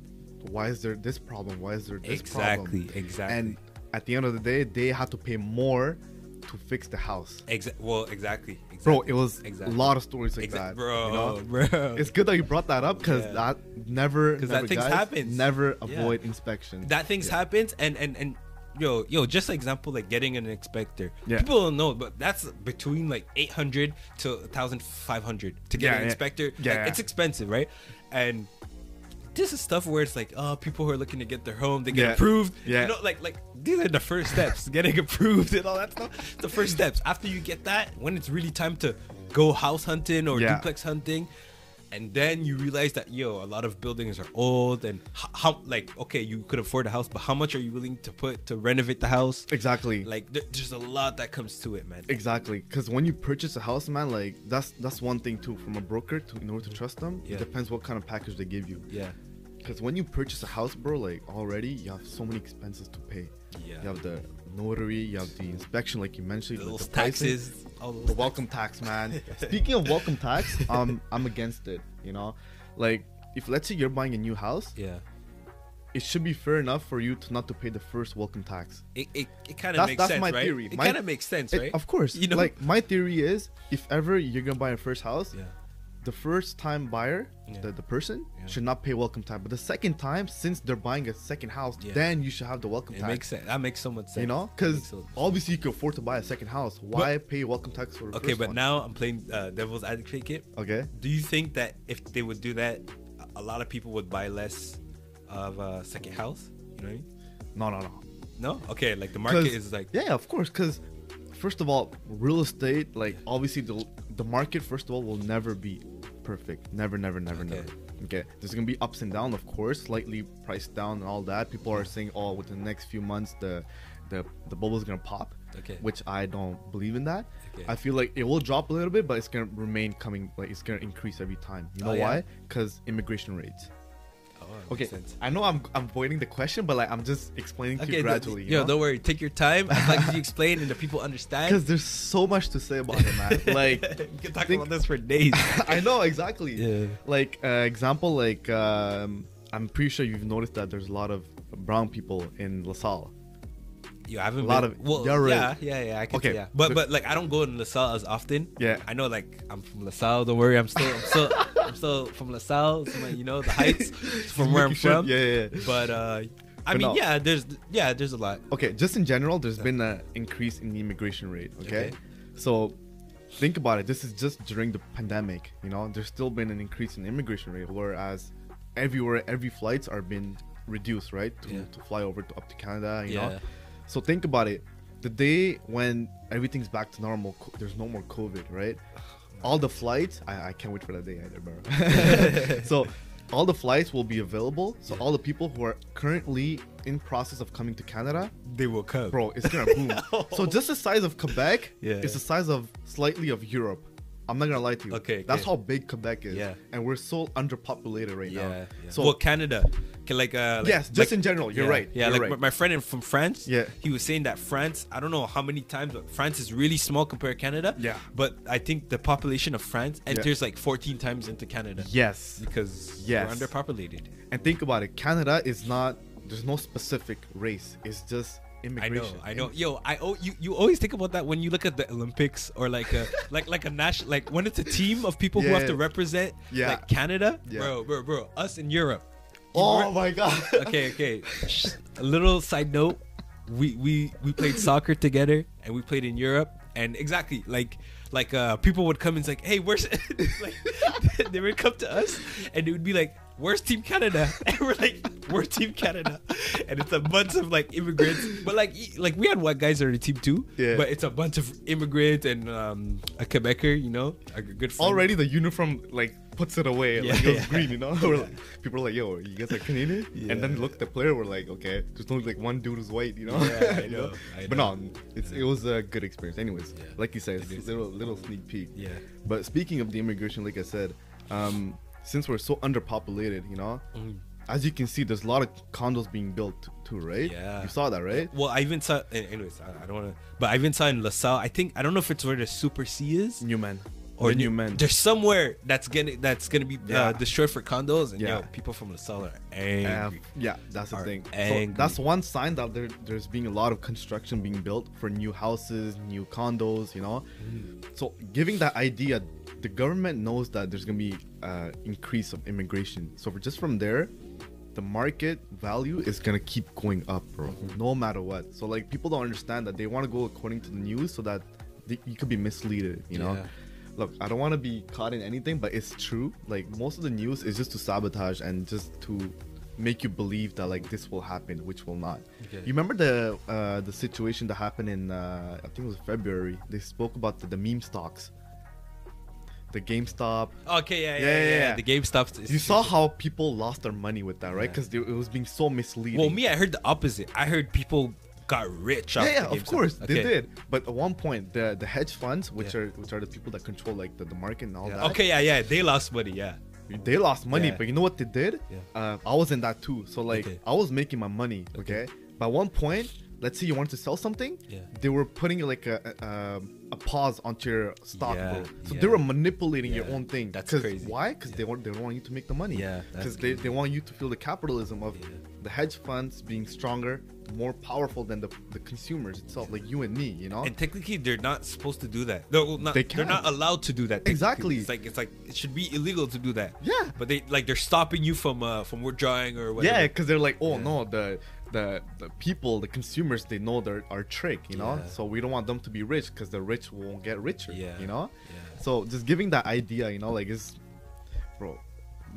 Speaker 3: why is there this problem? Why is there this problem?
Speaker 2: Exactly, exactly.
Speaker 3: And at the end of the day, they had to pay more to fix the house.
Speaker 2: Exa- well, exactly, exactly,
Speaker 3: Bro, it was
Speaker 2: Exactly.
Speaker 3: a lot of stories like
Speaker 2: Exa-
Speaker 3: that. you
Speaker 2: bro,
Speaker 3: know?
Speaker 2: bro.
Speaker 3: It's good that you brought that up because
Speaker 2: Yeah.
Speaker 3: that never,
Speaker 2: 'Cause that
Speaker 3: never,
Speaker 2: things
Speaker 3: guys,
Speaker 2: happens.
Speaker 3: Never
Speaker 2: Yeah.
Speaker 3: avoid inspection.
Speaker 2: that things happens and and and yo yo just like example like getting an inspector
Speaker 3: Yeah.
Speaker 2: people don't know but that's between like 800 to 1500 to get
Speaker 3: Yeah,
Speaker 2: an
Speaker 3: yeah.
Speaker 2: inspector Like,
Speaker 3: Yeah, yeah.
Speaker 2: it's expensive right and this is stuff where it's like oh people who are looking to get their home they get
Speaker 3: Yeah.
Speaker 2: approved
Speaker 3: Yeah.
Speaker 2: you know like like these are the first steps getting approved and all that stuff the first steps after you get that when it's really time to go house hunting or
Speaker 3: Yeah.
Speaker 2: duplex hunting and then you realize that yo a lot of buildings are old and h- how like okay you could afford a house but how much are you willing to put to renovate the house
Speaker 3: Exactly.
Speaker 2: like there, there's a lot that comes to it man
Speaker 3: Exactly, because when you purchase a house, man, like that's that's one thing too. From a broker to in order to trust them,
Speaker 2: Yeah.
Speaker 3: it depends what kind of package they give you.
Speaker 2: yeah
Speaker 3: Because when you purchase a house, bro, like already you have so many expenses to pay.
Speaker 2: Yeah.
Speaker 3: You have the notary, you have the inspection, like you mentioned,
Speaker 2: the
Speaker 3: like,
Speaker 2: little
Speaker 3: the pricing,
Speaker 2: taxes all
Speaker 3: the welcome tax, man. Speaking of welcome tax, um, I'm against it. You know, like if let's say you're buying a new house,
Speaker 2: yeah
Speaker 3: it should be fair enough for you to not to pay the first welcome tax.
Speaker 2: it, it, it kind of
Speaker 3: That's-
Speaker 2: makes
Speaker 3: that's
Speaker 2: sense
Speaker 3: my
Speaker 2: right
Speaker 3: theory.
Speaker 2: it
Speaker 3: My-
Speaker 2: kind of makes sense
Speaker 3: It-
Speaker 2: right
Speaker 3: of course.
Speaker 2: you know
Speaker 3: like my theory is, if ever you're gonna buy a first house,
Speaker 2: Yeah.
Speaker 3: the first time buyer,
Speaker 2: Yeah.
Speaker 3: the, the person,
Speaker 2: Yeah.
Speaker 3: should not pay welcome tax. But the second time, since they're buying a second house,
Speaker 2: Yeah.
Speaker 3: then you should have the welcome
Speaker 2: it
Speaker 3: tax.
Speaker 2: makes sense that makes so much sense
Speaker 3: You know,
Speaker 2: That makes
Speaker 3: because
Speaker 2: so-
Speaker 3: obviously you can afford to buy a second house. Why pay welcome tax for the
Speaker 2: okay
Speaker 3: first
Speaker 2: but
Speaker 3: one?
Speaker 2: now i'm playing uh, devil's advocate
Speaker 3: okay,
Speaker 2: do you think that if they would do that a- a lot of people would buy less of a second house you know what i mean
Speaker 3: no, no, no.
Speaker 2: No? Okay, like the market
Speaker 3: 'Cause-
Speaker 2: is like
Speaker 3: yeah, of course. Because first of all, real estate, like obviously the the market, first of all, will never be perfect. Never, never, never,
Speaker 2: Okay.
Speaker 3: never. Okay, there's gonna be ups and downs, of course, slightly priced down and all that. People are saying, oh, within the next few months, the the the bubble's gonna pop.
Speaker 2: Okay.
Speaker 3: Which I don't believe in that.
Speaker 2: Okay.
Speaker 3: I feel like it will drop a little bit, but it's gonna remain coming. Like it's gonna increase every time. You know
Speaker 2: Oh, yeah?
Speaker 3: why? Because immigration rates.
Speaker 2: oh, that
Speaker 3: Okay.
Speaker 2: makes sense.
Speaker 3: I know I'm I'm avoiding the question, but like I'm just explaining to
Speaker 2: Okay,
Speaker 3: you
Speaker 2: no,
Speaker 3: gradually. you
Speaker 2: yo,
Speaker 3: know?
Speaker 2: don't worry. Take your time. As long as you explain and the people understand,
Speaker 3: Because there's so much to say about it, man. Like,
Speaker 2: we can talk
Speaker 3: think-
Speaker 2: about this for days.
Speaker 3: I know exactly.
Speaker 2: Yeah.
Speaker 3: Like, uh, example, like, um, I'm pretty sure you've noticed that there's a lot of brown people in LaSalle.
Speaker 2: Yeah, I haven't.
Speaker 3: A lot
Speaker 2: been-
Speaker 3: of-
Speaker 2: well,
Speaker 3: you're
Speaker 2: yeah,
Speaker 3: right.
Speaker 2: yeah, yeah. I can,
Speaker 3: Okay.
Speaker 2: yeah. But but like I don't go in LaSalle as often.
Speaker 3: Yeah.
Speaker 2: I know like I'm from LaSalle. Don't worry, I'm still I'm still I'm still from LaSalle. It's my, you know the heights from where I'm
Speaker 3: Making sure-
Speaker 2: from.
Speaker 3: yeah, yeah, yeah.
Speaker 2: But uh, I
Speaker 3: But
Speaker 2: mean,
Speaker 3: no.
Speaker 2: yeah, there's yeah, there's a lot.
Speaker 3: okay just in general there's been an increase in the immigration rate okay?
Speaker 2: Okay.
Speaker 3: so think about it this is just during the pandemic you know there's still been an increase in immigration rate whereas everywhere every flights are being reduced right to,
Speaker 2: Yeah.
Speaker 3: to fly over to, up to canada you
Speaker 2: Yeah.
Speaker 3: know so think about it the day when everything's back to normal co- there's no more covid right all the flights I, I can't wait for that day either bro so all the flights will be available so all the people who are currently in process of coming to canada
Speaker 2: They will come,
Speaker 3: bro it's gonna boom so just the size of quebec
Speaker 2: Yeah,
Speaker 3: is the
Speaker 2: yeah.
Speaker 3: size of slightly of europe i'm not gonna lie to you
Speaker 2: Okay,
Speaker 3: that's
Speaker 2: okay.
Speaker 3: how big quebec is
Speaker 2: Yeah.
Speaker 3: and we're so underpopulated right
Speaker 2: Yeah,
Speaker 3: now
Speaker 2: yeah.
Speaker 3: so
Speaker 2: well, Canada, Ca- like, uh, like-
Speaker 3: Yes, just
Speaker 2: like-
Speaker 3: in general, you're
Speaker 2: yeah,
Speaker 3: right,
Speaker 2: Yeah,
Speaker 3: you're
Speaker 2: like
Speaker 3: right.
Speaker 2: my- my friend in- from France.
Speaker 3: Yeah.
Speaker 2: he was saying that France. I don't know how many times, but France is really small compared to Canada.
Speaker 3: Yeah.
Speaker 2: but I think the population of France enters like 14 times into Canada.
Speaker 3: yes
Speaker 2: because
Speaker 3: Yes.
Speaker 2: we're underpopulated.
Speaker 3: and think about it canada is not there's no specific race it's just
Speaker 2: I know,
Speaker 3: immigration
Speaker 2: I know. Yo, I oh, you you always think about that when you look at the Olympics or like a like like a national like when it's a team of people who have to
Speaker 3: Yeah.
Speaker 2: represent
Speaker 3: Yeah.
Speaker 2: like Canada,
Speaker 3: Yeah.
Speaker 2: bro, bro, bro. Us in Europe. You
Speaker 3: oh
Speaker 2: weren't-
Speaker 3: my god
Speaker 2: okay, okay. Shh. A little side note. We we we played soccer together and we played in Europe and exactly like like uh people would come and it's like, "Hey, where's like they would come to us and it would be like, "Where's Team Canada?" And we're like, "We're Team Canada." And it's a bunch of like immigrants, but like e- like we had white guys on the team too.
Speaker 3: Yeah.
Speaker 2: But it's a bunch of immigrants and um a Quebecer, you know, a good friend.
Speaker 3: already the uniform like puts it away
Speaker 2: Yeah,
Speaker 3: like it was
Speaker 2: yeah.
Speaker 3: green you know we're like, people are like yo you guys are canadian
Speaker 2: Yeah.
Speaker 3: and then look at the player we're like okay just only like one dude is white you know,
Speaker 2: Yeah, I
Speaker 3: You
Speaker 2: know, I
Speaker 3: but
Speaker 2: know.
Speaker 3: no it's, it was a good experience anyways
Speaker 2: Yeah.
Speaker 3: like you said it's
Speaker 2: It is.
Speaker 3: a little little sneak peek
Speaker 2: Yeah.
Speaker 3: but speaking of the immigration like i said um since we're so underpopulated you know
Speaker 2: Mm.
Speaker 3: as you can see there's a lot of condos being built too right
Speaker 2: Yeah.
Speaker 3: you saw that right
Speaker 2: Well, I even saw. an- Anyways, I, I don't want to. But I even saw in LaSalle. I think I don't know if it's where the Super C is
Speaker 3: newman
Speaker 2: or
Speaker 3: The newman
Speaker 2: There's somewhere that's gonna that's gonna be uh,
Speaker 3: Yeah.
Speaker 2: destroyed for condos, and yeah,
Speaker 3: Yeah.
Speaker 2: people from LaSalle are
Speaker 3: Yeah,
Speaker 2: angry.
Speaker 3: yeah, that's the
Speaker 2: Are
Speaker 3: thing.
Speaker 2: angry.
Speaker 3: So that's one sign that there, there's being a lot of construction being built for new houses, new condos, you know.
Speaker 2: Mm.
Speaker 3: So giving that idea, the government knows that there's gonna be uh, increase of immigration. So for just from there, the market value is gonna keep going up, bro,
Speaker 2: Mm-hmm.
Speaker 3: no matter what. So like people don't understand that they want to go according to the news so that they, you could be misleaded, you know
Speaker 2: Yeah.
Speaker 3: look i don't want to be caught in anything but it's true like most of the news is just to sabotage and just to make you believe that like this will happen which will not
Speaker 2: Okay.
Speaker 3: you remember the uh the situation that happened in uh i think it was february they spoke about the, the meme stocks the gamestop
Speaker 2: Okay, yeah, yeah,
Speaker 3: Yeah,
Speaker 2: yeah.
Speaker 3: yeah,
Speaker 2: yeah,
Speaker 3: yeah.
Speaker 2: The game stops.
Speaker 3: you saw how people lost their money with that right
Speaker 2: Yeah.
Speaker 3: because it was being so misleading
Speaker 2: Well, me, I heard the opposite. I heard people got rich. off
Speaker 3: yeah, yeah
Speaker 2: the
Speaker 3: of
Speaker 2: GameStop.
Speaker 3: course
Speaker 2: Okay.
Speaker 3: they did but at one point the the hedge funds which
Speaker 2: Yeah.
Speaker 3: are which are the people that control like the, the market and all
Speaker 2: Yeah.
Speaker 3: that
Speaker 2: Okay, yeah, yeah. They lost money. Yeah.
Speaker 3: they lost money,
Speaker 2: Yeah.
Speaker 3: but you know what they did?
Speaker 2: Yeah.
Speaker 3: Uh, I was in that too. So like
Speaker 2: Okay.
Speaker 3: I was making my money.
Speaker 2: Okay.
Speaker 3: Okay. But at one point, let's say you wanted to sell something,
Speaker 2: Yeah.
Speaker 3: they were putting like a a, um, a pause onto your stock,
Speaker 2: Yeah,
Speaker 3: bro. So
Speaker 2: yeah.
Speaker 3: they were manipulating your
Speaker 2: Yeah.
Speaker 3: own thing.
Speaker 2: That's
Speaker 3: 'Cause
Speaker 2: crazy.
Speaker 3: Why? Because they want they don't want you to make the money.
Speaker 2: Yeah, that's
Speaker 3: Because they,
Speaker 2: crazy.
Speaker 3: they want you to feel the capitalism of
Speaker 2: Yeah.
Speaker 3: the hedge funds being stronger, more powerful than the, the consumers itself, like you and me. You know.
Speaker 2: And technically, they're not supposed to do that. No, well, not,
Speaker 3: Oh. They
Speaker 2: they are not
Speaker 3: can't.
Speaker 2: allowed to do that. technically.
Speaker 3: Exactly.
Speaker 2: It's like it's like it should be illegal to do that.
Speaker 3: Yeah.
Speaker 2: But they like they're stopping you from uh from withdrawing or whatever.
Speaker 3: Yeah, because they're like, oh
Speaker 2: Yeah.
Speaker 3: no, the the the people, the consumers, they know their our trick, you know.
Speaker 2: Yeah.
Speaker 3: So we don't want them to be rich because the rich won't get richer.
Speaker 2: Yeah.
Speaker 3: You know.
Speaker 2: Yeah.
Speaker 3: So just giving that idea, you know, like it's, bro,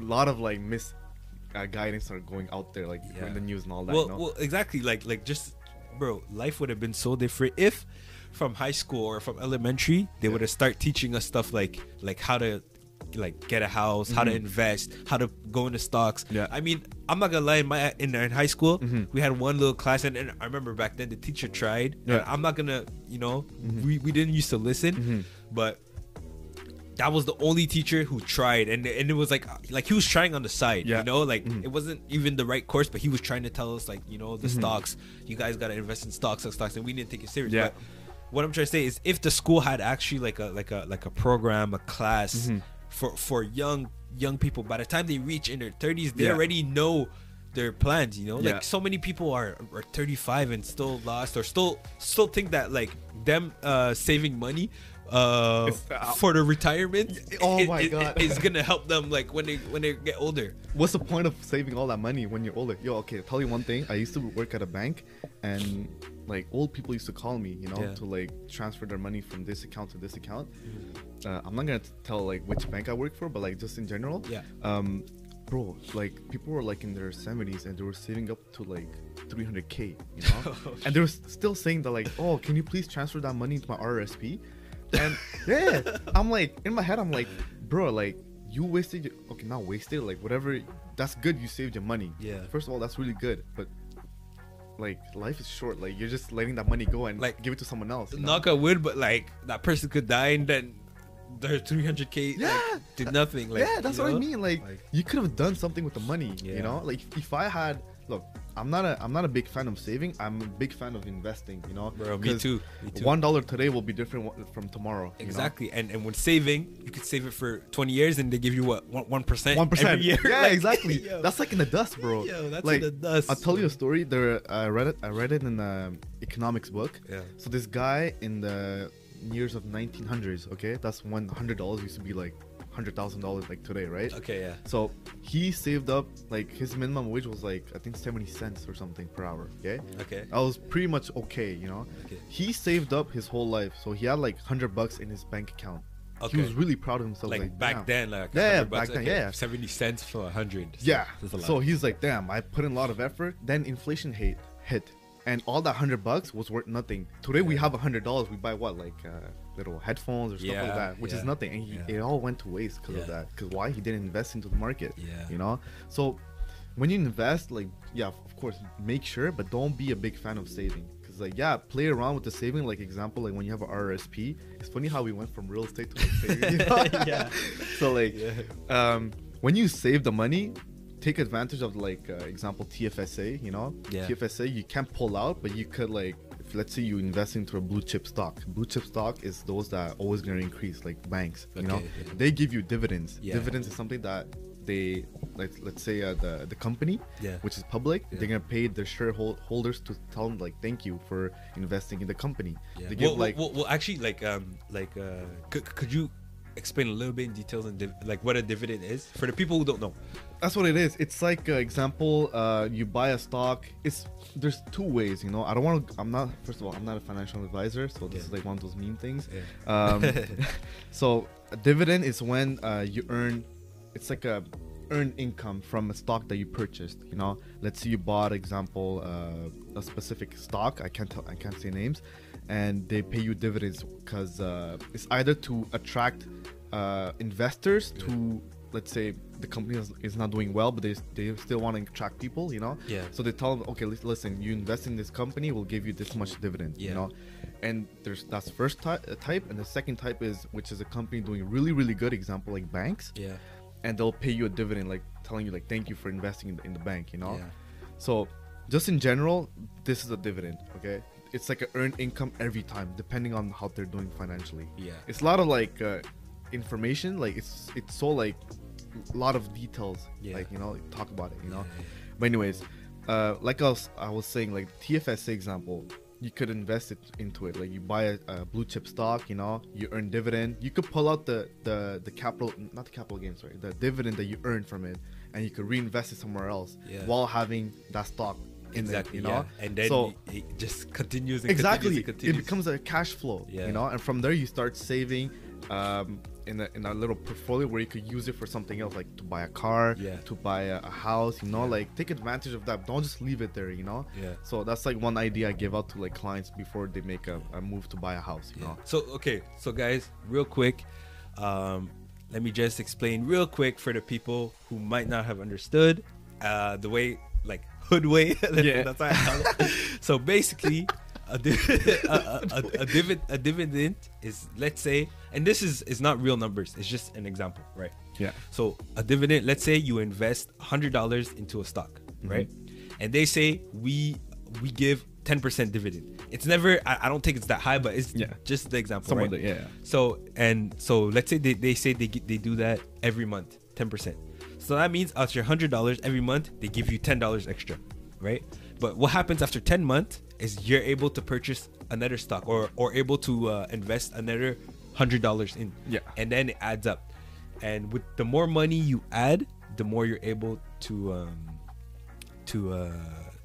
Speaker 3: a lot of like mis, uh, guidance are going out there, like
Speaker 2: Yeah.
Speaker 3: in the news and all that.
Speaker 2: Well,
Speaker 3: you know?
Speaker 2: well, exactly. Like like just, bro, life would have been so different if, from high school or from elementary, they
Speaker 3: Yeah.
Speaker 2: would have start teaching us stuff like like how to, like get a house, how to invest, how to go into stocks.
Speaker 3: Mm-hmm. Yeah. Mm-hmm.
Speaker 2: I mean, I'm not gonna lie. In my in, in high school, we had one little class, and, and I remember back then the teacher tried. And
Speaker 3: Yeah. Mm-hmm.
Speaker 2: I'm not gonna, you know, we we didn't used to listen, but that was the only teacher who tried and and it was like like he was trying on the side
Speaker 3: Yeah. Mm-hmm.
Speaker 2: you know like it wasn't even the right course but he was trying to tell us like you know the stocks you guys got to invest in stocks stocks stocks and we didn't take it serious
Speaker 3: Yeah.
Speaker 2: but what i'm trying to say is if the school had actually like a like a like a program a class
Speaker 3: Mm-hmm.
Speaker 2: for for young young people by the time they reach in their 30s they
Speaker 3: Yeah.
Speaker 2: already know their plans you know
Speaker 3: Yeah.
Speaker 2: like so many people are, are 35 and still lost or still still think that like them uh saving money uh
Speaker 3: It's the out-
Speaker 2: for their retirement
Speaker 3: Oh my God.
Speaker 2: it's gonna help them like when they when they get older
Speaker 3: What's the point of saving all that money when you're older? Yo, okay, tell you one thing. I used to work at a bank, and like old people used to call me, you know,
Speaker 2: Yeah.
Speaker 3: to like transfer their money from this account to this account. Uh, I'm not gonna t- tell like which bank I work for, but like just in general.
Speaker 2: Yeah.
Speaker 3: Um, bro, like people were like in their 70s and they were saving up to like 300k, you
Speaker 2: Oh,
Speaker 3: know, and they were s- still saying that like, oh, can you please transfer that money into my RRSP? And yeah, I'm like in my head, I'm like, bro, like you wasted your, okay, not wasted, like whatever. That's good. You saved your money.
Speaker 2: Yeah.
Speaker 3: First of all, that's really good, but. Like life is short. Like you're just letting that money go and
Speaker 2: Like,
Speaker 3: like give it to someone else. you know?
Speaker 2: knock on wood but like that person could die and then their 300k
Speaker 3: Yeah.
Speaker 2: like, did nothing like
Speaker 3: yeah, that's
Speaker 2: you
Speaker 3: what
Speaker 2: know?
Speaker 3: I mean. Like, you could have done something with the money.
Speaker 2: Yeah.
Speaker 3: You know, like if I had, look, I'm not a, I'm not a big fan of saving. I'm a big fan of investing. You know,
Speaker 2: Bro, me
Speaker 3: 'Cause
Speaker 2: too, me too.
Speaker 3: One dollar today will be different wa- from tomorrow. you know?
Speaker 2: Exactly, and and when saving, you could save it for twenty years, and they give you what one percent,
Speaker 3: One percent.
Speaker 2: every year.
Speaker 3: Yeah,
Speaker 2: Like,
Speaker 3: exactly.
Speaker 2: yo.
Speaker 3: That's like in the dust, bro.
Speaker 2: Yo, that's in
Speaker 3: like,
Speaker 2: the dust,
Speaker 3: I'll tell you
Speaker 2: bro.
Speaker 3: a story. There, I read it. I read it in an economics book.
Speaker 2: Yeah.
Speaker 3: So this guy in the years of 1900s. Okay, that's when hundred dollars used to be like hundred thousand dollars, like today, right?
Speaker 2: okay, yeah.
Speaker 3: So he saved up like his minimum wage was like I think 70 cents or something per hour. Okay.
Speaker 2: Okay.
Speaker 3: I was pretty much okay, you know.
Speaker 2: Okay.
Speaker 3: He saved up his whole life, so he had like 100 bucks in his bank account.
Speaker 2: Okay.
Speaker 3: He was really proud of himself.
Speaker 2: Like, back then,
Speaker 3: "Damn."
Speaker 2: like
Speaker 3: yeah,
Speaker 2: 100
Speaker 3: back
Speaker 2: bucks,
Speaker 3: then,
Speaker 2: okay,
Speaker 3: yeah.
Speaker 2: seventy cents for a hundred.
Speaker 3: Yeah.
Speaker 2: that's a lot.
Speaker 3: So he's like, damn, I put in a lot of effort. Then inflation hit, hit, and all that hundred bucks was worth nothing. Today we have a hundred dollars. We buy what like uh, little headphones or stuff
Speaker 2: Yeah,
Speaker 3: like that, which is
Speaker 2: yeah,
Speaker 3: nothing, and he,
Speaker 2: yeah.
Speaker 3: it all went to waste because
Speaker 2: Yeah.
Speaker 3: of that. Because why he didn't invest into the market?
Speaker 2: Yeah.
Speaker 3: You know. So when you invest, like yeah, of course, make sure, but don't be a big fan of saving. Cause like yeah, play around with the saving. Like example, like when you have a RRSP, it's funny how we went from real estate to like, saving. you know?
Speaker 2: Yeah.
Speaker 3: so like
Speaker 2: Yeah.
Speaker 3: um when you save the money take advantage of like uh, example tfsa you know
Speaker 2: Yeah.
Speaker 3: tfsa you can't pull out but you could like if, let's say you invest into a blue chip stock blue chip stock is those that are always going to increase like banks you know
Speaker 2: Okay, yeah.
Speaker 3: they give you dividends
Speaker 2: Yeah.
Speaker 3: dividends is something that they like let's say uh, the the company
Speaker 2: Yeah.
Speaker 3: which is public
Speaker 2: Yeah.
Speaker 3: they're gonna pay their shareholders to tell them like thank you for investing in the company
Speaker 2: yeah.
Speaker 3: they give
Speaker 2: well,
Speaker 3: like
Speaker 2: well, well, actually, like um, like uh, could, could you explain a little bit in details and div- like what a dividend is for the people who don't know?
Speaker 3: That's what it is. It's like, uh, example, uh, you buy a stock. It's there's two ways, you know. I don't want to. I'm not. First of all, I'm not a financial advisor, so this
Speaker 2: Yeah.
Speaker 3: is like one of those meme things.
Speaker 2: Yeah.
Speaker 3: Um, so a dividend is when uh, you earn. It's like a earned income from a stock that you purchased. You know, let's say you bought, example, uh, a specific stock. I can't tell. I can't say names, and they pay you dividends because uh, it's either to attract uh, investors to let's say the company is, is not doing well but they, they still want to attract people you know
Speaker 2: Yeah.
Speaker 3: so they tell them okay lis- listen you invest in this company we'll give you this much dividend
Speaker 2: Yeah.
Speaker 3: you know and there's that's first ty- uh, type and the second type is which is a company doing really really good example like banks
Speaker 2: Yeah.
Speaker 3: and they'll pay you a dividend like telling you like thank you for investing in the, in the bank you know
Speaker 2: Yeah.
Speaker 3: so just in general this is a dividend okay it's like an earned income every time depending on how they're doing financially
Speaker 2: Yeah.
Speaker 3: it's a lot of like uh, information like it's it's so like a lot of details
Speaker 2: Yeah.
Speaker 3: like you know like, talk about it you know
Speaker 2: Yeah, yeah.
Speaker 3: but anyways uh like i was i was saying like tfsa example you could invest it into it like you buy a, a blue chip stock you know you earn dividend you could pull out the the the capital not the capital gains sorry the dividend that you earn from it and you could reinvest it somewhere else
Speaker 2: Yeah.
Speaker 3: while having that stock in
Speaker 2: Exactly.
Speaker 3: it, you know
Speaker 2: yeah. And then
Speaker 3: so
Speaker 2: it, it just continues and
Speaker 3: exactly
Speaker 2: continues and continues.
Speaker 3: it becomes a cash flow
Speaker 2: Yeah.
Speaker 3: you know and from there you start saving um in a, in a little portfolio where you could use it for something else like to buy a car
Speaker 2: Yeah.
Speaker 3: to buy a, a house you know
Speaker 2: Yeah.
Speaker 3: like take advantage of that don't just leave it there you know
Speaker 2: Yeah.
Speaker 3: so that's like one idea i give out to like clients before they make a, a move to buy a house you know
Speaker 2: So okay, so guys, real quick, um, let me just explain real quick for the people who might not have understood uh, the way, like hood way.
Speaker 3: Yeah.
Speaker 2: that's how I call it. so basically, a, di- a, a, a, a, divid- a dividend is let's say, and this is is not real numbers. It's just an example, right?
Speaker 3: Yeah.
Speaker 2: So a dividend, let's say you invest hundred dollars into a stock,
Speaker 3: Mm-hmm.
Speaker 2: right? And they say we we give ten percent dividend. It's never. I, I don't think it's that high, but it's
Speaker 3: Yeah.
Speaker 2: just the example.
Speaker 3: Somewhat
Speaker 2: right?
Speaker 3: the- yeah, yeah.
Speaker 2: So and so, let's say they, they say they get- they do that every month, ten percent. So that means out your hundred dollars every month, they give you ten dollars extra, right? But what happens after ten months is you're able to purchase another stock or or able to uh, invest another hundred dollars in.
Speaker 3: Yeah.
Speaker 2: And then it adds up, and with the more money you add, the more you're able to um, to uh,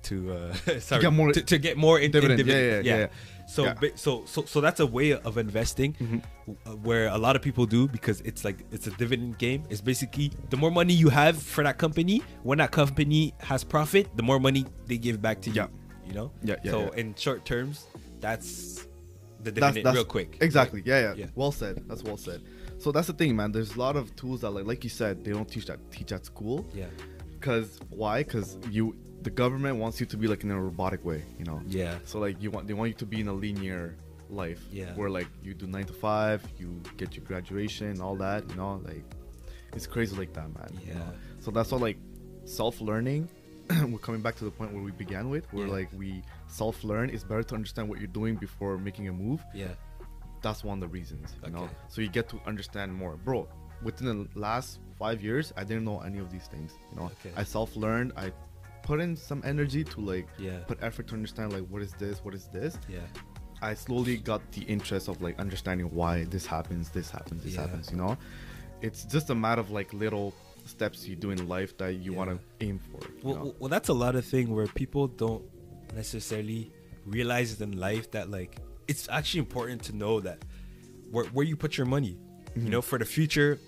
Speaker 2: to uh, sorry
Speaker 3: get more-
Speaker 2: to, to get more in, in
Speaker 3: Dividend, yeah,
Speaker 2: dividend.
Speaker 3: yeah, yeah,
Speaker 2: So
Speaker 3: yeah. Mm-hmm.
Speaker 2: ba- so so so that's a way of investing uh, where a lot of people do because it's like it's a dividend game. It's basically the more money you have for that company, when that company has profit, the more money they give back to you.
Speaker 3: Yeah.
Speaker 2: You know?
Speaker 3: Yeah, yeah,
Speaker 2: So
Speaker 3: yeah.
Speaker 2: in short terms, that's the
Speaker 3: that's,
Speaker 2: dividend
Speaker 3: that's
Speaker 2: real quick.
Speaker 3: Exactly. Yeah,
Speaker 2: Yeah.
Speaker 3: yeah, Well said. That's well said. So that's the thing, man. There's a lot of tools that, like, like you said, they don't teach that teach at school.
Speaker 2: Yeah.
Speaker 3: Cause why? Cause you, the government wants you to be like in a robotic way, you know.
Speaker 2: Yeah.
Speaker 3: So like you want they want you to be in a linear life.
Speaker 2: Yeah.
Speaker 3: Where like you do nine to five, you get your graduation, all that, you know, like it's crazy like that, man. you know?
Speaker 2: Yeah.
Speaker 3: So that's all like self-learning. We're coming back to the point where we began with, where
Speaker 2: Yeah.
Speaker 3: like we self-learn. It's better to understand what you're doing before making a move
Speaker 2: Yeah.
Speaker 3: that's one of the reasons you know
Speaker 2: Okay.
Speaker 3: so you get to understand more bro within the last five years i didn't know any of these things you know
Speaker 2: Okay.
Speaker 3: i self-learned i put in some energy to like
Speaker 2: Yeah.
Speaker 3: put effort to understand like what is this what is this
Speaker 2: Yeah.
Speaker 3: i slowly got the interest of like understanding why this happens this happens this
Speaker 2: Yeah.
Speaker 3: happens you know it's just a matter of like little steps you do in life that you
Speaker 2: Yeah.
Speaker 3: want to aim for you
Speaker 2: Well,
Speaker 3: know?
Speaker 2: well, well, that's a lot of thing where people don't necessarily realize in life that like it's actually important to know that where, where you put your money,
Speaker 3: Mm-hmm.
Speaker 2: you know, for the future.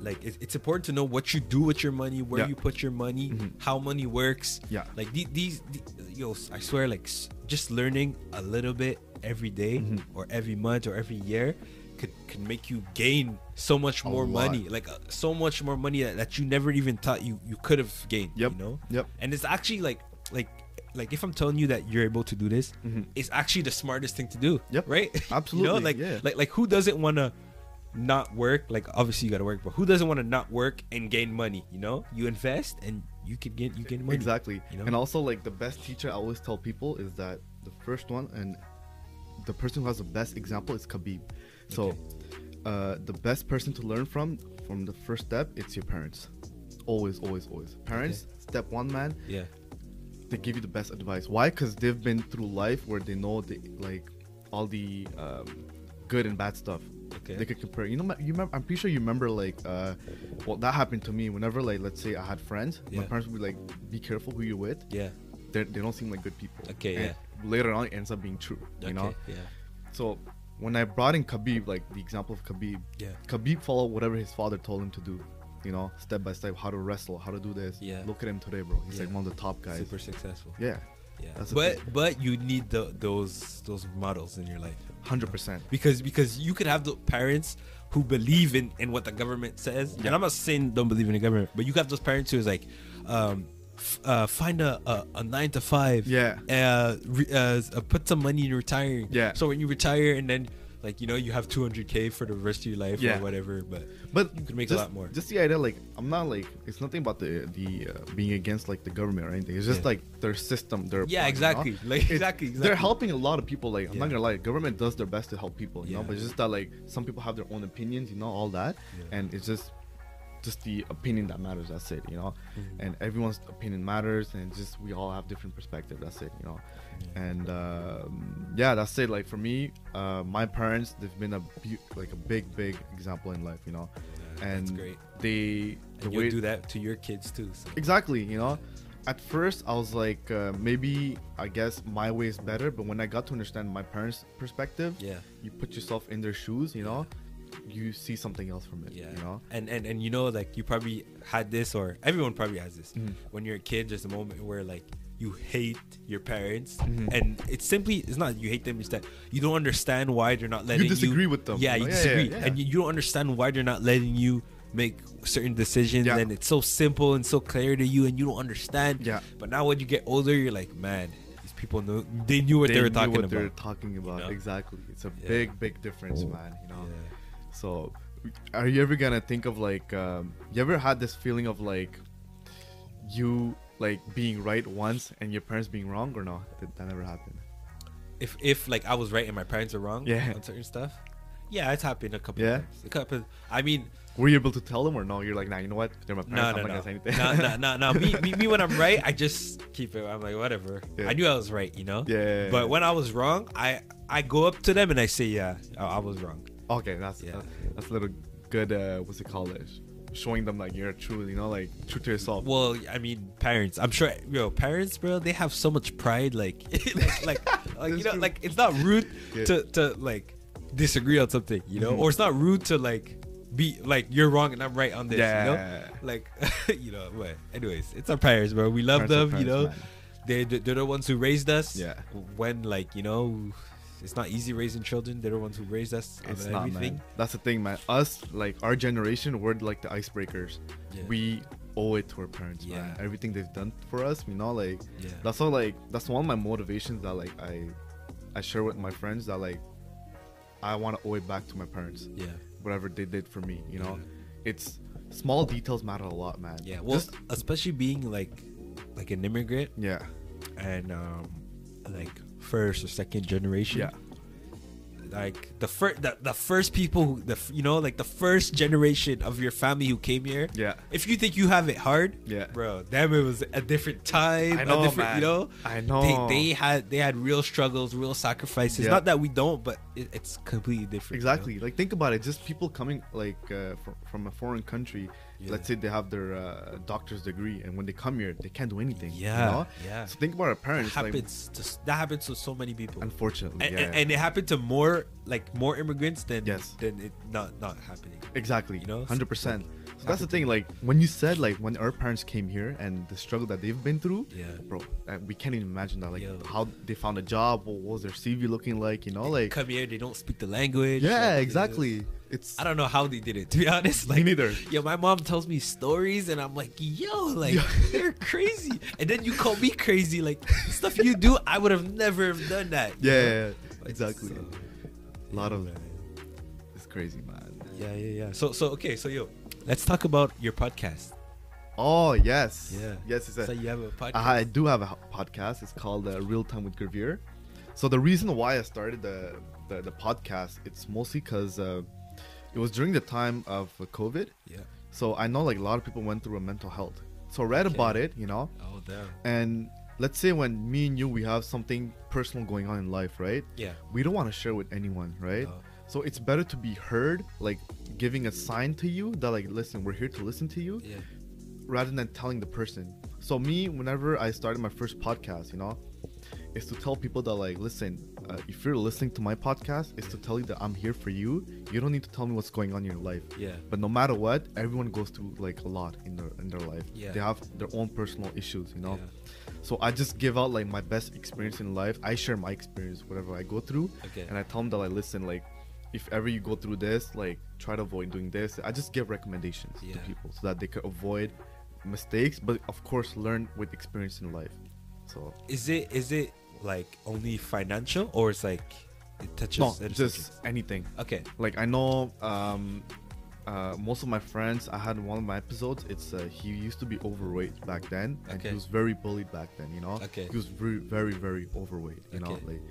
Speaker 2: Like it, it's important to know what you do with your money, where
Speaker 3: Yeah. Mm-hmm.
Speaker 2: you put your money, how money works.
Speaker 3: Yeah.
Speaker 2: Like the- these, the- yo, I swear, like s- just learning a little bit every day
Speaker 3: Mm-hmm.
Speaker 2: or every month or every year could could make you gain so much more
Speaker 3: lot.
Speaker 2: money like uh, so much more money that, that you never even thought you you could have gained
Speaker 3: Yep,
Speaker 2: you know
Speaker 3: yep.
Speaker 2: and it's actually like like like if i'm telling you that you're able to do this it's actually the smartest thing to do
Speaker 3: Mm-hmm. Yep,
Speaker 2: right you know
Speaker 3: absolutely,
Speaker 2: like
Speaker 3: yeah.
Speaker 2: like like who doesn't want to not work like obviously you gotta work but who doesn't want to not work and gain money you know you invest and you can get you gain money
Speaker 3: Exactly.
Speaker 2: you know?
Speaker 3: And also, like, the best teacher I always tell people is that the first one and the person who has the best example is Khabib. So,
Speaker 2: Okay.
Speaker 3: uh, the best person to learn from, from the first step, it's your parents. Always, always, always. Parents, step one, man,
Speaker 2: yeah
Speaker 3: they give you the best advice. Why? Because they've been through life where they know, the, like, all the um, good and bad stuff.
Speaker 2: Okay.
Speaker 3: They could compare. You know, you remember, I'm pretty sure you remember, like, uh, well, that happened to me. Whenever, like, let's say I had friends, my
Speaker 2: Yeah.
Speaker 3: parents would be like, be careful who you're with
Speaker 2: yeah
Speaker 3: they're, they don't seem like good people.
Speaker 2: Okay,
Speaker 3: And Later on, it ends up being true. You know.
Speaker 2: Okay, yeah
Speaker 3: So when I brought in Khabib, like the example of Khabib,
Speaker 2: Yeah.
Speaker 3: Khabib followed whatever his father told him to do. You know, step by step, how to wrestle, how to do this.
Speaker 2: Yeah.
Speaker 3: Look at him today, bro. He's like
Speaker 2: Yeah.
Speaker 3: one of the top guys.
Speaker 2: super successful
Speaker 3: Yeah.
Speaker 2: Yeah.
Speaker 3: That's the
Speaker 2: but
Speaker 3: thing.
Speaker 2: but you need the, those those models in your life.
Speaker 3: Hundred percent.
Speaker 2: Because because you could have the parents who believe in, in what the government says. And I'm not saying don't believe in the government, but you have those parents who is like, um, f- uh, find a, a, a nine to five.
Speaker 3: Yeah.
Speaker 2: Uh, re, uh, s- uh, put some money in retiring.
Speaker 3: Yeah.
Speaker 2: So when you retire and then like you know you have 200k for the rest of your life
Speaker 3: Yeah.
Speaker 2: or whatever, but
Speaker 3: But
Speaker 2: you could make
Speaker 3: just,
Speaker 2: a lot more.
Speaker 3: Just the idea, like I'm not like it's nothing about the the uh, being against like the government or anything. It's just
Speaker 2: Yeah.
Speaker 3: like their system. Their
Speaker 2: Yeah, exactly. Like, exactly,
Speaker 3: They're
Speaker 2: exactly.
Speaker 3: helping a lot of people. Like I'm
Speaker 2: Yeah.
Speaker 3: not gonna lie, government does their best to help people. You know,
Speaker 2: Yeah.
Speaker 3: but it's just that like some people have their own opinions. You know, all that,
Speaker 2: Yeah.
Speaker 3: and it's just just the opinion that matters. That's it. You know,
Speaker 2: Mm-hmm.
Speaker 3: and everyone's opinion matters, and just we all have different perspective. That's it. You know,
Speaker 2: Yeah.
Speaker 3: and um yeah, that's it. Like for me, uh, my parents they've been a bu- like a big big example in life. You know,
Speaker 2: Yeah,
Speaker 3: and
Speaker 2: that's great.
Speaker 3: they the
Speaker 2: and
Speaker 3: way
Speaker 2: you do that to your kids too. So.
Speaker 3: exactly you know at first i was like uh, maybe i guess my way is better but when i got to understand my parents perspective
Speaker 2: Yeah.
Speaker 3: you put yourself in their shoes you know you see something else from it
Speaker 2: Yeah.
Speaker 3: you know
Speaker 2: And and and you know, like you probably had this, or everyone probably has this.
Speaker 3: Mm-hmm.
Speaker 2: When you're a kid, there's a moment where like you hate your parents,
Speaker 3: Mm-hmm.
Speaker 2: and it's simply it's not you hate them. It's that you don't understand why they're not letting you
Speaker 3: disagree with them,
Speaker 2: Yeah,
Speaker 3: you
Speaker 2: you
Speaker 3: know? Yeah, yeah,
Speaker 2: disagree,
Speaker 3: yeah.
Speaker 2: and you, you don't understand why they're not letting you make certain decisions
Speaker 3: Yeah.
Speaker 2: and it's so simple and so clear to you and you don't understand
Speaker 3: Yeah.
Speaker 2: but now when you get older you're like man these people know they knew what they,
Speaker 3: They
Speaker 2: were
Speaker 3: knew
Speaker 2: talking about
Speaker 3: what they're talking about
Speaker 2: know?
Speaker 3: exactly it's a
Speaker 2: Yeah. Oh,
Speaker 3: big big difference man you know
Speaker 2: Yeah.
Speaker 3: so are you ever gonna think of like um, you ever had this feeling of like you like being right once and your parents being wrong or no that, that never happened
Speaker 2: if if like I was right and my parents are wrong
Speaker 3: Yeah.
Speaker 2: on certain stuff. Yeah, it's happened a couple
Speaker 3: Yeah?
Speaker 2: times. A couple. I mean,
Speaker 3: Were you able to tell them or no? You're like, nah, you know what? They're my
Speaker 2: No,
Speaker 3: parents.
Speaker 2: no,
Speaker 3: I'm not
Speaker 2: no.
Speaker 3: gonna say anything.
Speaker 2: no, no, no, no. Me, me, me, when I'm right, I just keep it. I'm like, whatever.
Speaker 3: Yeah.
Speaker 2: I knew I was right, you know.
Speaker 3: Yeah, yeah, yeah.
Speaker 2: But when I was wrong, I I go up to them and I say, yeah, I, I was wrong.
Speaker 3: Okay, that's
Speaker 2: Yeah.
Speaker 3: that's, that's a little good. Uh, what's it called? Uh, sh- showing them like you're true. You know, like true to yourself.
Speaker 2: Well, I mean, parents. I'm sure, yo, parents, bro. They have so much pride. Like, like, like, like you
Speaker 3: That's
Speaker 2: know,
Speaker 3: true.
Speaker 2: like it's not rude
Speaker 3: Yeah. Mm-hmm.
Speaker 2: to to like disagree on something, you know, or it's not rude to like be like you're wrong and I'm right on this, you know.
Speaker 3: Yeah.
Speaker 2: Like, you know, but anyways, it's our parents, bro. We love
Speaker 3: Parents are
Speaker 2: them, you know.
Speaker 3: parents, man.
Speaker 2: They they're the ones who raised us.
Speaker 3: Yeah.
Speaker 2: When like you know, it's not easy raising children. They're the ones who raised us.
Speaker 3: It's
Speaker 2: on
Speaker 3: not,
Speaker 2: everything.
Speaker 3: man. That's the thing, man. Us, like our generation, we're like the icebreakers.
Speaker 2: Yeah.
Speaker 3: We owe it to our parents, man.
Speaker 2: Yeah.
Speaker 3: Everything they've done for us, you know, like
Speaker 2: Yeah.
Speaker 3: that's all. Like that's one of my motivations that like I, I share with my friends that like, I want to owe it back to my parents.
Speaker 2: Yeah.
Speaker 3: Whatever they did for me, you know,
Speaker 2: Yeah.
Speaker 3: it's small details matter a lot, man.
Speaker 2: Yeah. Well,
Speaker 3: Just-
Speaker 2: especially being like like an immigrant.
Speaker 3: yeah,
Speaker 2: and um like first or second generation
Speaker 3: yeah.
Speaker 2: like the first the, the first people who the f- you know like the first generation of your family who came here
Speaker 3: Yeah.
Speaker 2: if you think you have it hard
Speaker 3: Yeah.
Speaker 2: bro damn it was a different time
Speaker 3: I
Speaker 2: a
Speaker 3: know,
Speaker 2: different
Speaker 3: man.
Speaker 2: you know
Speaker 3: I
Speaker 2: they,
Speaker 3: know.
Speaker 2: they had they had real struggles real sacrifices
Speaker 3: Yeah.
Speaker 2: not that we don't but it, it's completely different you know?
Speaker 3: Exactly. Like think about it. Just people coming like uh, from, from a foreign country.
Speaker 2: Yeah.
Speaker 3: Let's say they have their uh, doctor's degree, and when they come here, they can't do anything. you
Speaker 2: Yeah,
Speaker 3: know?
Speaker 2: yeah.
Speaker 3: So think about our
Speaker 2: That
Speaker 3: parents. like,
Speaker 2: happens to, that happens to so many people
Speaker 3: unfortunately.
Speaker 2: and,
Speaker 3: yeah.
Speaker 2: and, and it happened to more like more immigrants than
Speaker 3: Yes.
Speaker 2: than it not not happening
Speaker 3: exactly.
Speaker 2: you know,
Speaker 3: Hundred percent. So that's the
Speaker 2: happened
Speaker 3: thing. Like when you said like when our parents came here and the struggle that they've been through.
Speaker 2: Yeah.
Speaker 3: Bro, uh, we can't even imagine that. Like
Speaker 2: Yo.
Speaker 3: how they found a job. What was their CV looking like? You know, like.
Speaker 2: come here they don't speak the language
Speaker 3: Yeah.
Speaker 2: like,
Speaker 3: Exactly. It's.
Speaker 2: I don't know how they did it, to be honest. Like,
Speaker 3: neither.
Speaker 2: Yeah, my mom tells me stories, and I'm like, yo, like,
Speaker 3: Yeah.
Speaker 2: you're crazy. And then you call me crazy. Like, stuff you do, I would have never have done that. you
Speaker 3: Yeah.
Speaker 2: know?
Speaker 3: yeah, yeah,
Speaker 2: Like,
Speaker 3: Exactly.
Speaker 2: so-
Speaker 3: a lot of.
Speaker 2: man.
Speaker 3: It's crazy, man.
Speaker 2: Yeah, yeah, yeah. So, so okay, so yo, let's talk about your podcast.
Speaker 3: Oh yes. Yes, it's
Speaker 2: so
Speaker 3: a,
Speaker 2: you have a podcast.
Speaker 3: I do have a h- podcast. It's called uh, Real Time with Gravier. So the reason why I started the the, the podcast, it's mostly because uh, it was during the time of COVID.
Speaker 2: Yeah.
Speaker 3: So I know like a lot of people went through a mental health. So I read about it, you know,
Speaker 2: Oh damn.
Speaker 3: and let's say when me and you we have something personal going on in life, right?
Speaker 2: Yeah.
Speaker 3: We don't want to share with anyone, right?
Speaker 2: No.
Speaker 3: So it's better to be heard, like giving a sign to you that like listen, we're here to listen to you
Speaker 2: Yeah.
Speaker 3: rather than telling the person. So me, whenever I started my first podcast, you know, is to tell people that like, listen, uh, if you're listening to my podcast, is to tell you that I'm here for you. You don't need to tell me what's going on in your life.
Speaker 2: Yeah.
Speaker 3: But no matter what, everyone goes through like a lot in their in their life.
Speaker 2: Yeah.
Speaker 3: They have their own personal issues, you know.
Speaker 2: Yeah.
Speaker 3: So I just give out like my best experience in life. I share my experience, whatever I go through,
Speaker 2: Okay.
Speaker 3: and I tell them that like, listen, like, if ever you go through this, like, try to avoid doing this. I just give recommendations
Speaker 2: Yeah.
Speaker 3: to people so that they could avoid mistakes, but of course learn with experience in life. So
Speaker 2: Is it is it like only financial, or it's like it touches?
Speaker 3: no,
Speaker 2: other
Speaker 3: just
Speaker 2: subjects?
Speaker 3: anything.
Speaker 2: okay.
Speaker 3: Like I know, um, uh, most of my friends. I had one of my episodes. It's uh, he used to be overweight back then, and
Speaker 2: Okay.
Speaker 3: he was very bullied back then. You know,
Speaker 2: Okay.
Speaker 3: he was very, very, very overweight. You know,
Speaker 2: Okay.
Speaker 3: like,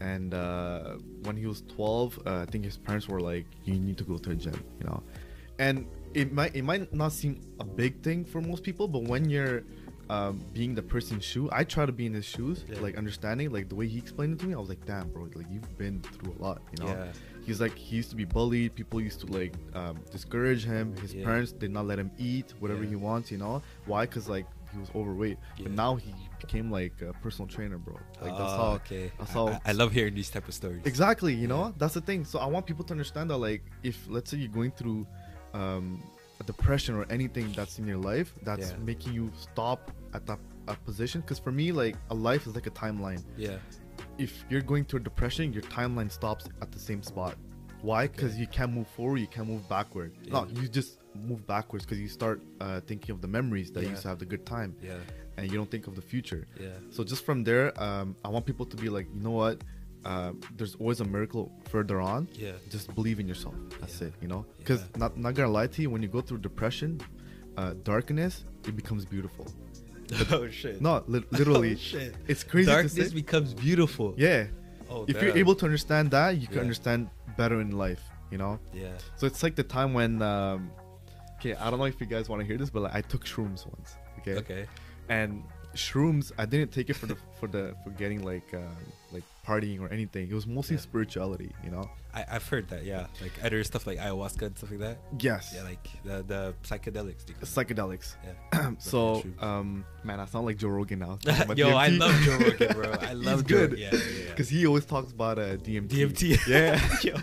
Speaker 3: and uh, when he was 12, uh, I think his parents were like, "You need to go to a gym." You know, and it might it might not seem a big thing for most people, but when you're um, being the person's shoe, I try to be in his shoes,
Speaker 2: Yeah.
Speaker 3: like understanding, like the way he explained it to me. I was like, "Damn, bro! Like you've been through a lot." You know,
Speaker 2: Yeah.
Speaker 3: he's like he used to be bullied. People used to like um, discourage him. His
Speaker 2: Yeah.
Speaker 3: parents did not let him eat whatever
Speaker 2: Yeah.
Speaker 3: he wants. You know why? Cause like he was overweight. But
Speaker 2: Yeah.
Speaker 3: now he became like a personal trainer, bro. Like eh. that's
Speaker 2: Ah,
Speaker 3: how.
Speaker 2: Okay.
Speaker 3: That's
Speaker 2: I-
Speaker 3: how.
Speaker 2: I, I love hearing these type of stories.
Speaker 3: Uh, Exactly, you know, that's the thing. So I want people to understand that, like, if let's say you're going through um, a depression or anything that's in your life, that's
Speaker 2: Yeah.
Speaker 3: making you stop at that a position. Because for me, like, a life is like a timeline.
Speaker 2: Yeah.
Speaker 3: If you're going through a depression, your timeline stops at the same spot. Why? Because you can't move forward, you can't move backward. No,
Speaker 2: Yeah.
Speaker 3: you just move backwards because you start uh, thinking of the memories that you
Speaker 2: Yeah.
Speaker 3: used to have the good time
Speaker 2: Yeah.
Speaker 3: and you don't think of the future.
Speaker 2: Yeah.
Speaker 3: So just from there, um, I want people to be like, you know what? Um, there's always a miracle further on.
Speaker 2: Yeah.
Speaker 3: Just believe in yourself. That's
Speaker 2: Yeah.
Speaker 3: it. You know, because
Speaker 2: Yeah.
Speaker 3: not not gonna lie to you, when you go through depression, uh, darkness, it becomes beautiful.
Speaker 2: oh shit.
Speaker 3: No, li- literally,
Speaker 2: Oh, shit.
Speaker 3: it's crazy. to
Speaker 2: Darkness
Speaker 3: say.
Speaker 2: becomes beautiful.
Speaker 3: yeah.
Speaker 2: Oh,
Speaker 3: if you're
Speaker 2: damn.
Speaker 3: able to understand that, you can
Speaker 2: Yeah.
Speaker 3: understand better in life. You know.
Speaker 2: Yeah.
Speaker 3: So it's like the time when um, okay, I don't know if you guys want to hear this, but like, I took shrooms once. Okay.
Speaker 2: Okay.
Speaker 3: And shrooms, I didn't take it for the for the for getting like um, like partying or anything. It was mostly
Speaker 2: Yeah.
Speaker 3: spirituality, you know.
Speaker 2: I, I've heard that, yeah. Like other stuff like ayahuasca and stuff like that.
Speaker 3: Yes.
Speaker 2: Yeah, like the, the psychedelics. they call it.
Speaker 3: psychedelics.
Speaker 2: yeah.
Speaker 3: So,
Speaker 2: shrooms.
Speaker 3: um, man, I sound like Joe Rogan now.
Speaker 2: Yo, I love Joe Rogan, bro. I love Joe.
Speaker 3: good.
Speaker 2: Yeah, yeah, yeah.
Speaker 3: Because he always talks about uh, DMT.
Speaker 2: DMT.
Speaker 3: Yeah.
Speaker 2: yo,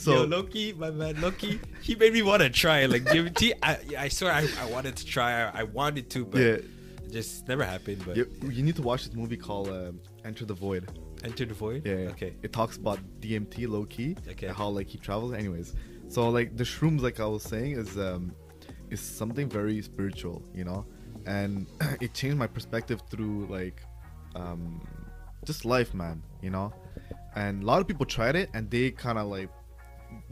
Speaker 3: So-
Speaker 2: yo, Loki, my man Loki, he made me want to try like DMT. I, I swear I, I wanted to try. I, I wanted to, but
Speaker 3: Yeah.
Speaker 2: it just never happened. But
Speaker 3: you, you need to watch this movie called um, Enter the Void.
Speaker 2: enter the void.
Speaker 3: Yeah, yeah.
Speaker 2: Okay.
Speaker 3: It talks about DMT low key.
Speaker 2: Okay.
Speaker 3: And how like he travels. Anyways, so like the shrooms, like I was saying, is um, is something very spiritual, you know, and it changed my perspective through like, um, just life, man, you know, and a lot of people tried it and they kind of like,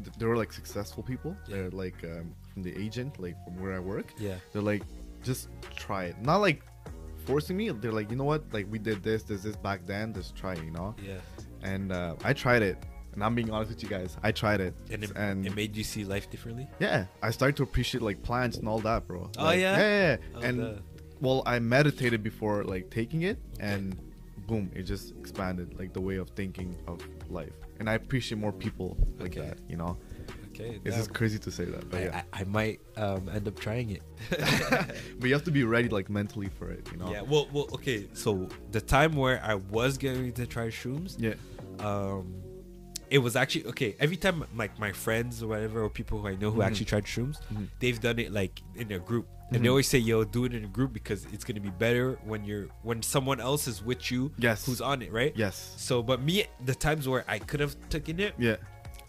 Speaker 3: th- they were like successful people.
Speaker 2: Yeah.
Speaker 3: They're like um, from the agent, like from where I work.
Speaker 2: Yeah.
Speaker 3: They're like, just try it. Not like forcing me. They're like, you know what? Like we did this, this, this back then. Just try, it, you know
Speaker 2: Yeah.
Speaker 3: and uh, I tried it. And I'm being honest with you guys, I tried it,
Speaker 2: And it, it made you see life differently.
Speaker 3: yeah, I started to appreciate like plants and all that, bro.
Speaker 2: Oh,
Speaker 3: Like,
Speaker 2: yeah?
Speaker 3: yeah. yeah.
Speaker 2: Oh,
Speaker 3: and
Speaker 2: the-
Speaker 3: well, I meditated before like taking it, and boom, it just expanded like the way of thinking of life, and I appreciate more people like
Speaker 2: Okay.
Speaker 3: that. You know,
Speaker 2: Okay.
Speaker 3: it's
Speaker 2: nah,
Speaker 3: just crazy to say that, but
Speaker 2: I,
Speaker 3: yeah,
Speaker 2: I, I might um, end up trying it.
Speaker 3: but you have to be ready like mentally for it. You know,
Speaker 2: Yeah. Well, well. Okay. So the time where I was going to try shrooms.
Speaker 3: yeah,
Speaker 2: um it was actually okay every time like my friends or whatever or people who i
Speaker 3: Mm-hmm.
Speaker 2: know who actually tried shrooms they've done it like in a group
Speaker 3: Mm-hmm.
Speaker 2: and they always say yo do it in a group because it's gonna be better when you're when someone else is with you
Speaker 3: Yes.
Speaker 2: who's on it right
Speaker 3: yes,
Speaker 2: so but me the times where i could have taken it
Speaker 3: yeah,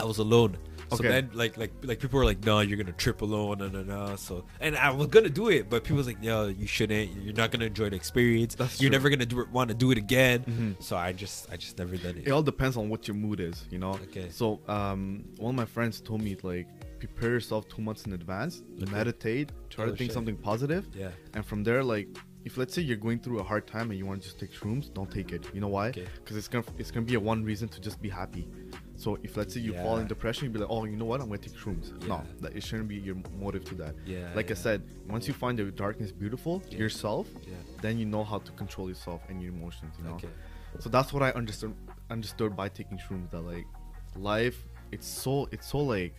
Speaker 2: i was alone so
Speaker 3: Okay.
Speaker 2: then like like like people were like no you're gonna trip alone and no, no. so and i was gonna do it but people was like no you shouldn't you're not gonna enjoy the experience
Speaker 3: That's
Speaker 2: you're
Speaker 3: true. Mm-hmm.
Speaker 2: never gonna do it want to do it again so i just i just never done
Speaker 3: it all depends on what your mood is, you know.
Speaker 2: Okay.
Speaker 3: So um, one of my friends told me like prepare yourself two months in advance, meditate, try
Speaker 2: Oh,
Speaker 3: to think
Speaker 2: shit.
Speaker 3: something positive.
Speaker 2: Yeah.
Speaker 3: And from there, like if let's say you're going through a hard time and you want to just take shrooms, don't take it. You know why?
Speaker 2: Okay.
Speaker 3: Because it's gonna it's gonna be a one reason to just be happy. So if let's say you fall in
Speaker 2: Yeah.
Speaker 3: depression, you'd be like, oh, you know what? I'm gonna take shrooms.
Speaker 2: Yeah.
Speaker 3: No, that it shouldn't be your motive to that.
Speaker 2: Yeah,
Speaker 3: Like I
Speaker 2: yeah.
Speaker 3: said, once you find your darkness beautiful
Speaker 2: Yeah.
Speaker 3: yourself,
Speaker 2: Yeah.
Speaker 3: then you know how to control yourself and your emotions. You know.
Speaker 2: Okay.
Speaker 3: So that's what I understood understood by taking shrooms that like life it's so it's so like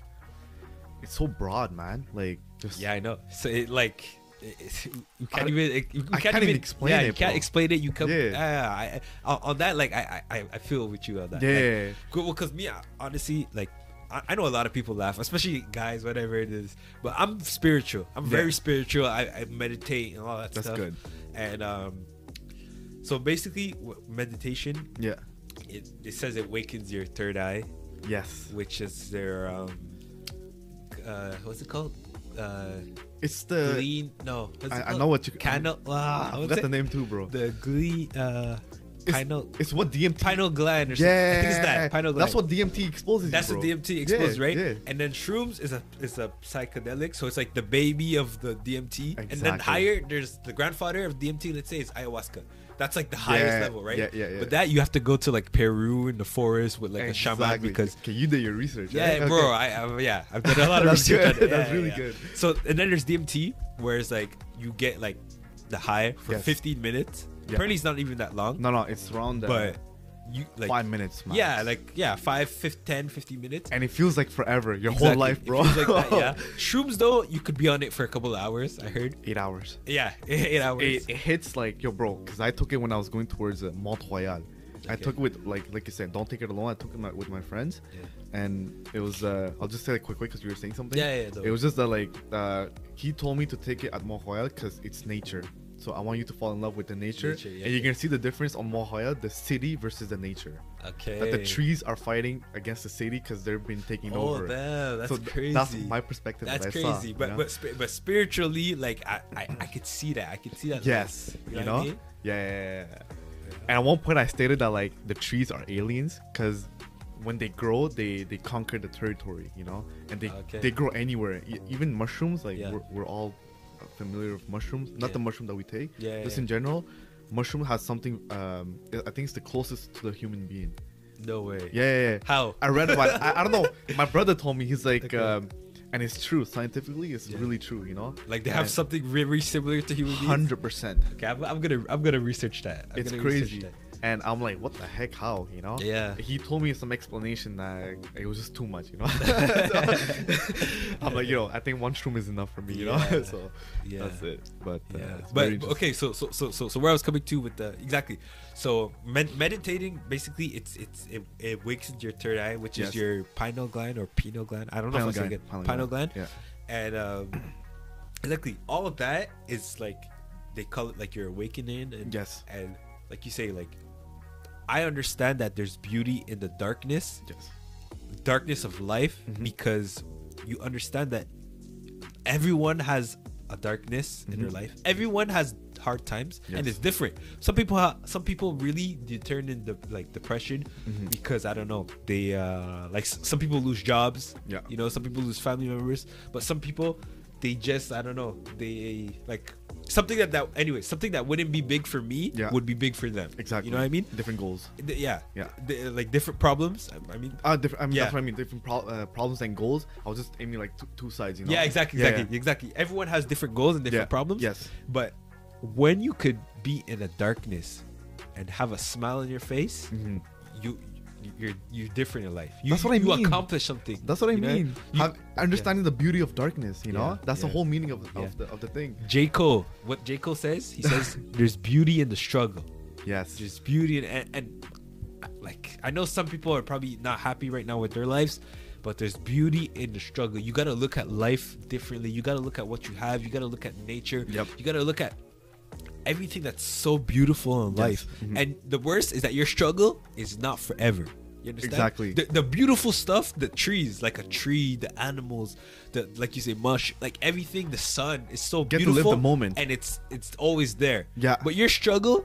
Speaker 3: it's so broad man like just
Speaker 2: Yeah, I know. So it like it- it's- you can't
Speaker 3: I-
Speaker 2: even it- you
Speaker 3: I
Speaker 2: can't,
Speaker 3: can't even explain
Speaker 2: yeah,
Speaker 3: it,
Speaker 2: you can't
Speaker 3: bro.
Speaker 2: explain it. You come
Speaker 3: Yeah.
Speaker 2: yeah. I, I, on that like I, I I- I feel with you on that.
Speaker 3: Yeah.
Speaker 2: Like, good because me I- honestly like I, I know a lot of people laugh, especially guys, whatever it is. But I'm spiritual. I'm very
Speaker 3: Yeah.
Speaker 2: spiritual. I, I meditate and all that
Speaker 3: That's
Speaker 2: stuff.
Speaker 3: good.
Speaker 2: And um, so basically w- meditation
Speaker 3: yeah
Speaker 2: it, it says it wakens your third eye
Speaker 3: yes
Speaker 2: which is their um uh what's it called uh
Speaker 3: it's the
Speaker 2: glee no what's it
Speaker 3: I- I
Speaker 2: called?
Speaker 3: know what you-
Speaker 2: Cano-
Speaker 3: I
Speaker 2: ah, what's
Speaker 3: forgot
Speaker 2: it?
Speaker 3: the name too bro
Speaker 2: the glee uh
Speaker 3: it's,
Speaker 2: pinal
Speaker 3: it's what DMT
Speaker 2: pinal gland or something
Speaker 3: yeah
Speaker 2: i think it's that pinal gland
Speaker 3: that's what DMT exposes you,
Speaker 2: that's
Speaker 3: bro.
Speaker 2: what DMT
Speaker 3: Yeah,
Speaker 2: exposed, right?
Speaker 3: yeah.
Speaker 2: And then shrooms is a is a psychedelic, so it's like the baby of the DMT. And then
Speaker 3: Exactly.
Speaker 2: higher, there's the grandfather of DMT. Let's say is ayahuasca. That's like the highest
Speaker 3: Yeah,
Speaker 2: level, right?
Speaker 3: yeah, yeah, yeah.
Speaker 2: But that you have to go to like Peru in the forest with like a shaman
Speaker 3: Exactly.
Speaker 2: because
Speaker 3: okay you did your research
Speaker 2: yeah,
Speaker 3: right?
Speaker 2: bro.
Speaker 3: Okay.
Speaker 2: I, I yeah, I've done a lot of
Speaker 3: That's
Speaker 2: research. on
Speaker 3: good.
Speaker 2: it.
Speaker 3: That's
Speaker 2: Yeah,
Speaker 3: really
Speaker 2: yeah.
Speaker 3: good.
Speaker 2: So and then there's DMT, where it's like you get like the high for
Speaker 3: Yes.
Speaker 2: 15 minutes.
Speaker 3: Yeah.
Speaker 2: Apparently, it's not even that long,
Speaker 3: no no it's around uh,
Speaker 2: but you like
Speaker 3: five minutes max.
Speaker 2: Yeah, like yeah, five, fif- 10, 15 minutes.
Speaker 3: and it feels like forever your whole
Speaker 2: Exactly.
Speaker 3: life
Speaker 2: It
Speaker 3: bro
Speaker 2: feels like that, yeah. Shrooms though, you could be on it for a couple of hours. I heard.
Speaker 3: eight hours
Speaker 2: Yeah, eight hours.
Speaker 3: it, it hits like yo bro because i took it when i was going towards uh, mont royal i
Speaker 2: Okay.
Speaker 3: took it with like like you said don't take it alone i took it my, with my friends
Speaker 2: Yeah.
Speaker 3: and it was uh i'll just say that quick quick because you were saying something
Speaker 2: Yeah, yeah, don't-
Speaker 3: it was just that like uh he told me to take it at mont royal because it's nature so i want you to fall in love with the nature,
Speaker 2: Nature, yeah,
Speaker 3: and you
Speaker 2: yeah.
Speaker 3: can see the difference on mont royal the city versus the nature
Speaker 2: Okay.
Speaker 3: that the trees are fighting against the city because they've been taking
Speaker 2: Oh,
Speaker 3: over
Speaker 2: damn, that's
Speaker 3: so th- that's
Speaker 2: crazy.
Speaker 3: my perspective
Speaker 2: That's
Speaker 3: that I
Speaker 2: crazy,
Speaker 3: saw, you
Speaker 2: but
Speaker 3: know?
Speaker 2: but sp- but spiritually, like I, I I could see that. I could see that. like,
Speaker 3: Yes, you
Speaker 2: what I
Speaker 3: know.
Speaker 2: mean?
Speaker 3: Yeah, yeah, yeah, yeah. And at one point, I stated that like the trees are aliens because when they grow, they they conquer the territory, you know, and they
Speaker 2: Okay.
Speaker 3: they grow anywhere. E- even mushrooms, like
Speaker 2: Yeah.
Speaker 3: we're, we're all familiar with mushrooms, not
Speaker 2: Yeah.
Speaker 3: the mushroom that we take.
Speaker 2: Yeah, yeah,
Speaker 3: Just
Speaker 2: yeah.
Speaker 3: in general, mushroom has something. Um, I I think it's the closest to the human being.
Speaker 2: No way.
Speaker 3: Yeah, yeah, yeah.
Speaker 2: How?
Speaker 3: I read about. it. I, I don't know. My brother told me he's like.
Speaker 2: Okay.
Speaker 3: Um, and it's true scientifically. It's
Speaker 2: Yeah.
Speaker 3: really true. You know,
Speaker 2: Like they have
Speaker 3: And
Speaker 2: something very similar to human beings.
Speaker 3: hundred percent.
Speaker 2: Okay, I'm, I'm gonna I'm gonna research that. I'm
Speaker 3: It's
Speaker 2: gonna research
Speaker 3: crazy.
Speaker 2: that.
Speaker 3: And I'm like, what the heck? How? You know?
Speaker 2: Yeah.
Speaker 3: He told me some explanation that it was just too much. You know? So, I'm like, yo, I think one shroom is enough for me. You
Speaker 2: Yeah.
Speaker 3: know? so
Speaker 2: Yeah.
Speaker 3: that's it. But uh,
Speaker 2: Yeah,
Speaker 3: it's very
Speaker 2: but
Speaker 3: interesting.
Speaker 2: okay. So so so so so where I was coming to with the exactly. So med- meditating basically it's it's it, it wakes your third eye, which is
Speaker 3: Yes.
Speaker 2: your pineal gland or pineal gland. I don't know
Speaker 3: Pineal
Speaker 2: if I'm saying
Speaker 3: gland,
Speaker 2: it.
Speaker 3: pineal
Speaker 2: Pineal,
Speaker 3: gland,
Speaker 2: gland. And um, exactly all of that is like they call it like your awakening and
Speaker 3: Yes.
Speaker 2: and like you say like I understand that there's beauty in the darkness
Speaker 3: Yes.
Speaker 2: darkness of life
Speaker 3: Mm-hmm.
Speaker 2: because you understand that everyone has a darkness in their life. Everyone has hard times
Speaker 3: Mm-hmm. Yes.
Speaker 2: and it's different. Some people ha- some people really they turn into like depression
Speaker 3: Mm-hmm.
Speaker 2: because I don't know, they uh like s- some people lose jobs,
Speaker 3: Yeah.
Speaker 2: you know, some people lose family members, but some people they just I don't know, they like something that that anyway, something that wouldn't be big for me
Speaker 3: Yeah.
Speaker 2: would be big for them.
Speaker 3: Exactly.
Speaker 2: You know what I mean?
Speaker 3: Different goals.
Speaker 2: Th- yeah.
Speaker 3: Yeah.
Speaker 2: Th- like different problems. I- I mean
Speaker 3: Uh, different. I mean,
Speaker 2: Yeah.
Speaker 3: that's what I mean. Different pro- uh, problems and goals. I was just aiming like two, two sides. You know?
Speaker 2: Yeah, exactly,
Speaker 3: Yeah,
Speaker 2: exactly, exactly. Everyone has different goals and different
Speaker 3: Yeah,
Speaker 2: problems.
Speaker 3: yes.
Speaker 2: But when you could be in the darkness and have a smile on your face, you you're you're different in life. You,
Speaker 3: Mm-hmm. That's what I
Speaker 2: you
Speaker 3: mean.
Speaker 2: accomplish something.
Speaker 3: That's what I
Speaker 2: you know?
Speaker 3: mean.
Speaker 2: You-
Speaker 3: Have- understanding the beauty of darkness, you know?
Speaker 2: Yeah,
Speaker 3: That's the
Speaker 2: yeah.
Speaker 3: whole meaning of, of,
Speaker 2: Yeah.
Speaker 3: the, of the thing.
Speaker 2: J. Cole, what J. Cole says, he says there's beauty in the struggle.
Speaker 3: Yes.
Speaker 2: There's beauty in, and and like I know some people are probably not happy right now with their lives, but there's beauty in the struggle. You gotta look at life differently. You gotta look at what you have. You gotta look at nature.
Speaker 3: Yep.
Speaker 2: You gotta look at everything that's so beautiful in life.
Speaker 3: Mm-hmm.
Speaker 2: And the worst is that your struggle is not forever. You understand?
Speaker 3: Exactly.
Speaker 2: The, the beautiful stuff, the trees, like a tree, the animals, the like you say, mush, like everything, the sun is so
Speaker 3: Get to live
Speaker 2: beautiful.
Speaker 3: the moment.
Speaker 2: And it's it's always there.
Speaker 3: Yeah.
Speaker 2: But your struggle,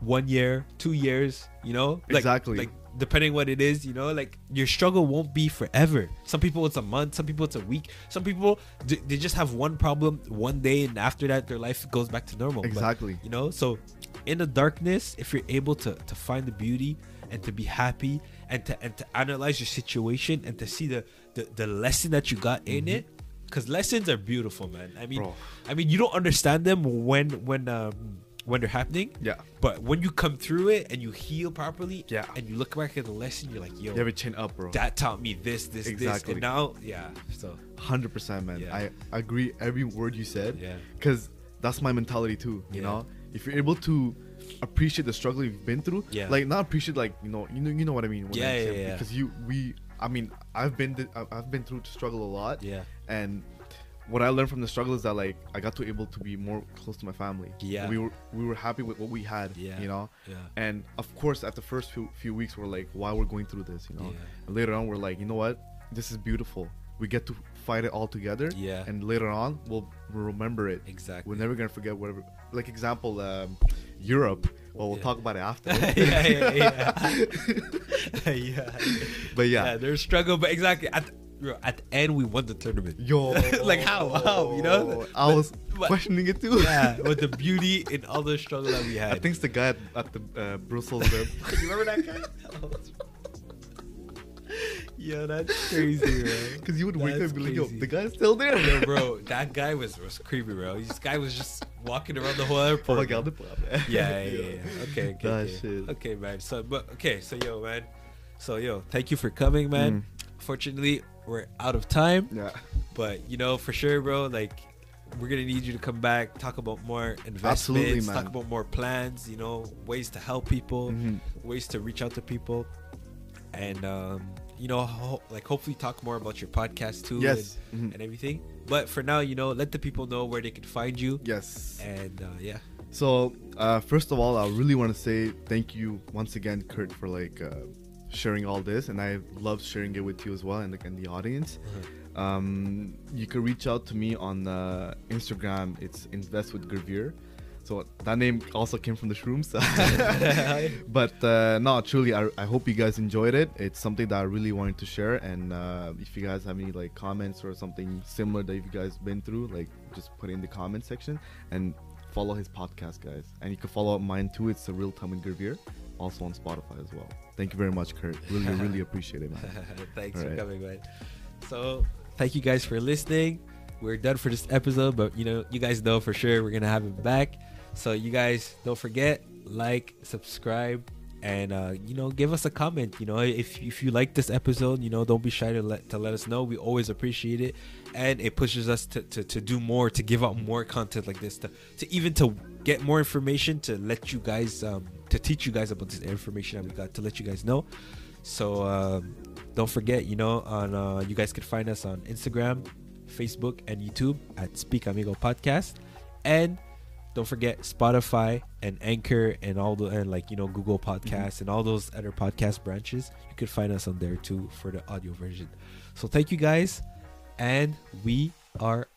Speaker 2: one year, two years, you know? Like,
Speaker 3: Exactly.
Speaker 2: Like depending what it is, you know, like your struggle won't be forever. Some people it's a month, some people it's a week, some people d- they just have one problem one day, and after that their life goes back to normal. But,
Speaker 3: Exactly.
Speaker 2: you know, so in the darkness, if you're able to to find the beauty and to be happy and to and to analyze your situation and to see the the, the lesson that you got in it, because lessons are beautiful, man. I mean,
Speaker 3: Mm-hmm. Bro.
Speaker 2: I mean, you don't understand them when when um when they're happening.
Speaker 3: Yeah.
Speaker 2: But when you come through it and you heal properly,
Speaker 3: Yeah.
Speaker 2: and you look back at the lesson, you're like, yo,
Speaker 3: you have your chin up, bro.
Speaker 2: that taught me this, this, this,
Speaker 3: Exactly.
Speaker 2: and now, yeah. So
Speaker 3: 100%, man.
Speaker 2: Yeah.
Speaker 3: I agree every word you said.
Speaker 2: Yeah.
Speaker 3: Because that's my mentality too, you
Speaker 2: Yeah.
Speaker 3: know? If you're able to appreciate the struggle you've been through,
Speaker 2: Yeah.
Speaker 3: like not appreciate like, you know, you know you know what I mean. when I
Speaker 2: Yeah, yeah,
Speaker 3: say-
Speaker 2: yeah.
Speaker 3: Because you we I mean, I've been th- I've- I've been through to struggle a lot.
Speaker 2: Yeah.
Speaker 3: And what I learned from the struggle is that like I got to able to be more close to my family.
Speaker 2: Yeah.
Speaker 3: We were we were happy with what we had.
Speaker 2: Yeah.
Speaker 3: You know?
Speaker 2: Yeah.
Speaker 3: And of course at the first few few weeks we're like, why we're going through this, you know?
Speaker 2: Yeah.
Speaker 3: And later on we're like, you know what? This is beautiful. We get to fight it all together.
Speaker 2: Yeah.
Speaker 3: And later on we'll we'll remember it.
Speaker 2: Exactly.
Speaker 3: We're never gonna forget whatever like example, um, Europe. Well we'll
Speaker 2: Yeah.
Speaker 3: talk about it
Speaker 2: yeah,
Speaker 3: after.
Speaker 2: yeah, yeah. yeah. yeah.
Speaker 3: But yeah.
Speaker 2: there's struggle, but exactly at bro, at the end we won the tournament.
Speaker 3: Yo
Speaker 2: Like, how? How? You know?
Speaker 3: I was
Speaker 2: but-
Speaker 3: questioning it too.
Speaker 2: yeah, with the beauty in all the struggle that we had.
Speaker 3: I think it's the guy at, at the uh, Brussels. uh,
Speaker 2: you remember that guy? yeah, that's crazy, bro.
Speaker 3: Because you would wake up
Speaker 2: That's
Speaker 3: and be like, yo,
Speaker 2: crazy.
Speaker 3: the guy's still there.
Speaker 2: Yo, bro, that guy was was creepy, bro. This guy was just walking around the whole airport.
Speaker 3: Oh, God, the
Speaker 2: yeah, yeah, yeah, yeah. Okay, okay,
Speaker 3: That
Speaker 2: okay.
Speaker 3: shit.
Speaker 2: okay, man. So, but okay, so yo, man. So yo, thank you for coming, man. Fortunately, we're out of time.
Speaker 3: Mm. Yeah.
Speaker 2: But you know, for sure, bro. Like, we're gonna need you to come back, talk about more investments,
Speaker 3: Absolutely, man.
Speaker 2: talk about more plans. You know, ways to help people,
Speaker 3: Mm-hmm.
Speaker 2: ways to reach out to people, and um, you know, ho- like hopefully talk more about your podcast too,
Speaker 3: Yes.
Speaker 2: and,
Speaker 3: Mhm.
Speaker 2: and everything. But for now, you know, let the people know where they can find you.
Speaker 3: Yes.
Speaker 2: And uh, yeah,
Speaker 3: So, uh, first of all, I really want to say thank you once again, Kurt, for like uh, sharing all this, and I love sharing it with you as well, and like and the audience.
Speaker 2: Uh-huh.
Speaker 3: Um, you can reach out to me on uh, Instagram. It's invest with Gravier. So that name also came from the shrooms. but uh, no, truly, I, I hope you guys enjoyed it. It's something that I really wanted to share, and uh, if you guys have any like comments or something similar that you guys been through, like just put it in the comment section and follow his podcast, guys. And you can follow mine too. It's the Real Time with Gravier, also on Spotify as well. Thank you very much, Kurt. Really, really appreciate it, man.
Speaker 2: thanks for
Speaker 3: Alright.
Speaker 2: coming, man. So Thank you guys for listening. We're done for this episode, but you know, you guys know for sure we're gonna have it back. So you guys don't forget, like, subscribe, and uh, you know, give us a comment. You know, if if you like this episode, you know, don't be shy to let to let us know. We always appreciate it, and it pushes us to to, to do more, to give out more content like this, to to even to get more information, to let you guys um, to teach you guys about this information that we got, to let you guys know. So um, don't forget, you know, on uh, you guys can find us on Instagram, Facebook, and YouTube at Speak Amigo Podcast, and don't forget Spotify and Anchor and all the and like you know Google Podcasts and all those other podcast branches. You can find us on there too for the audio version. So thank you guys, and we are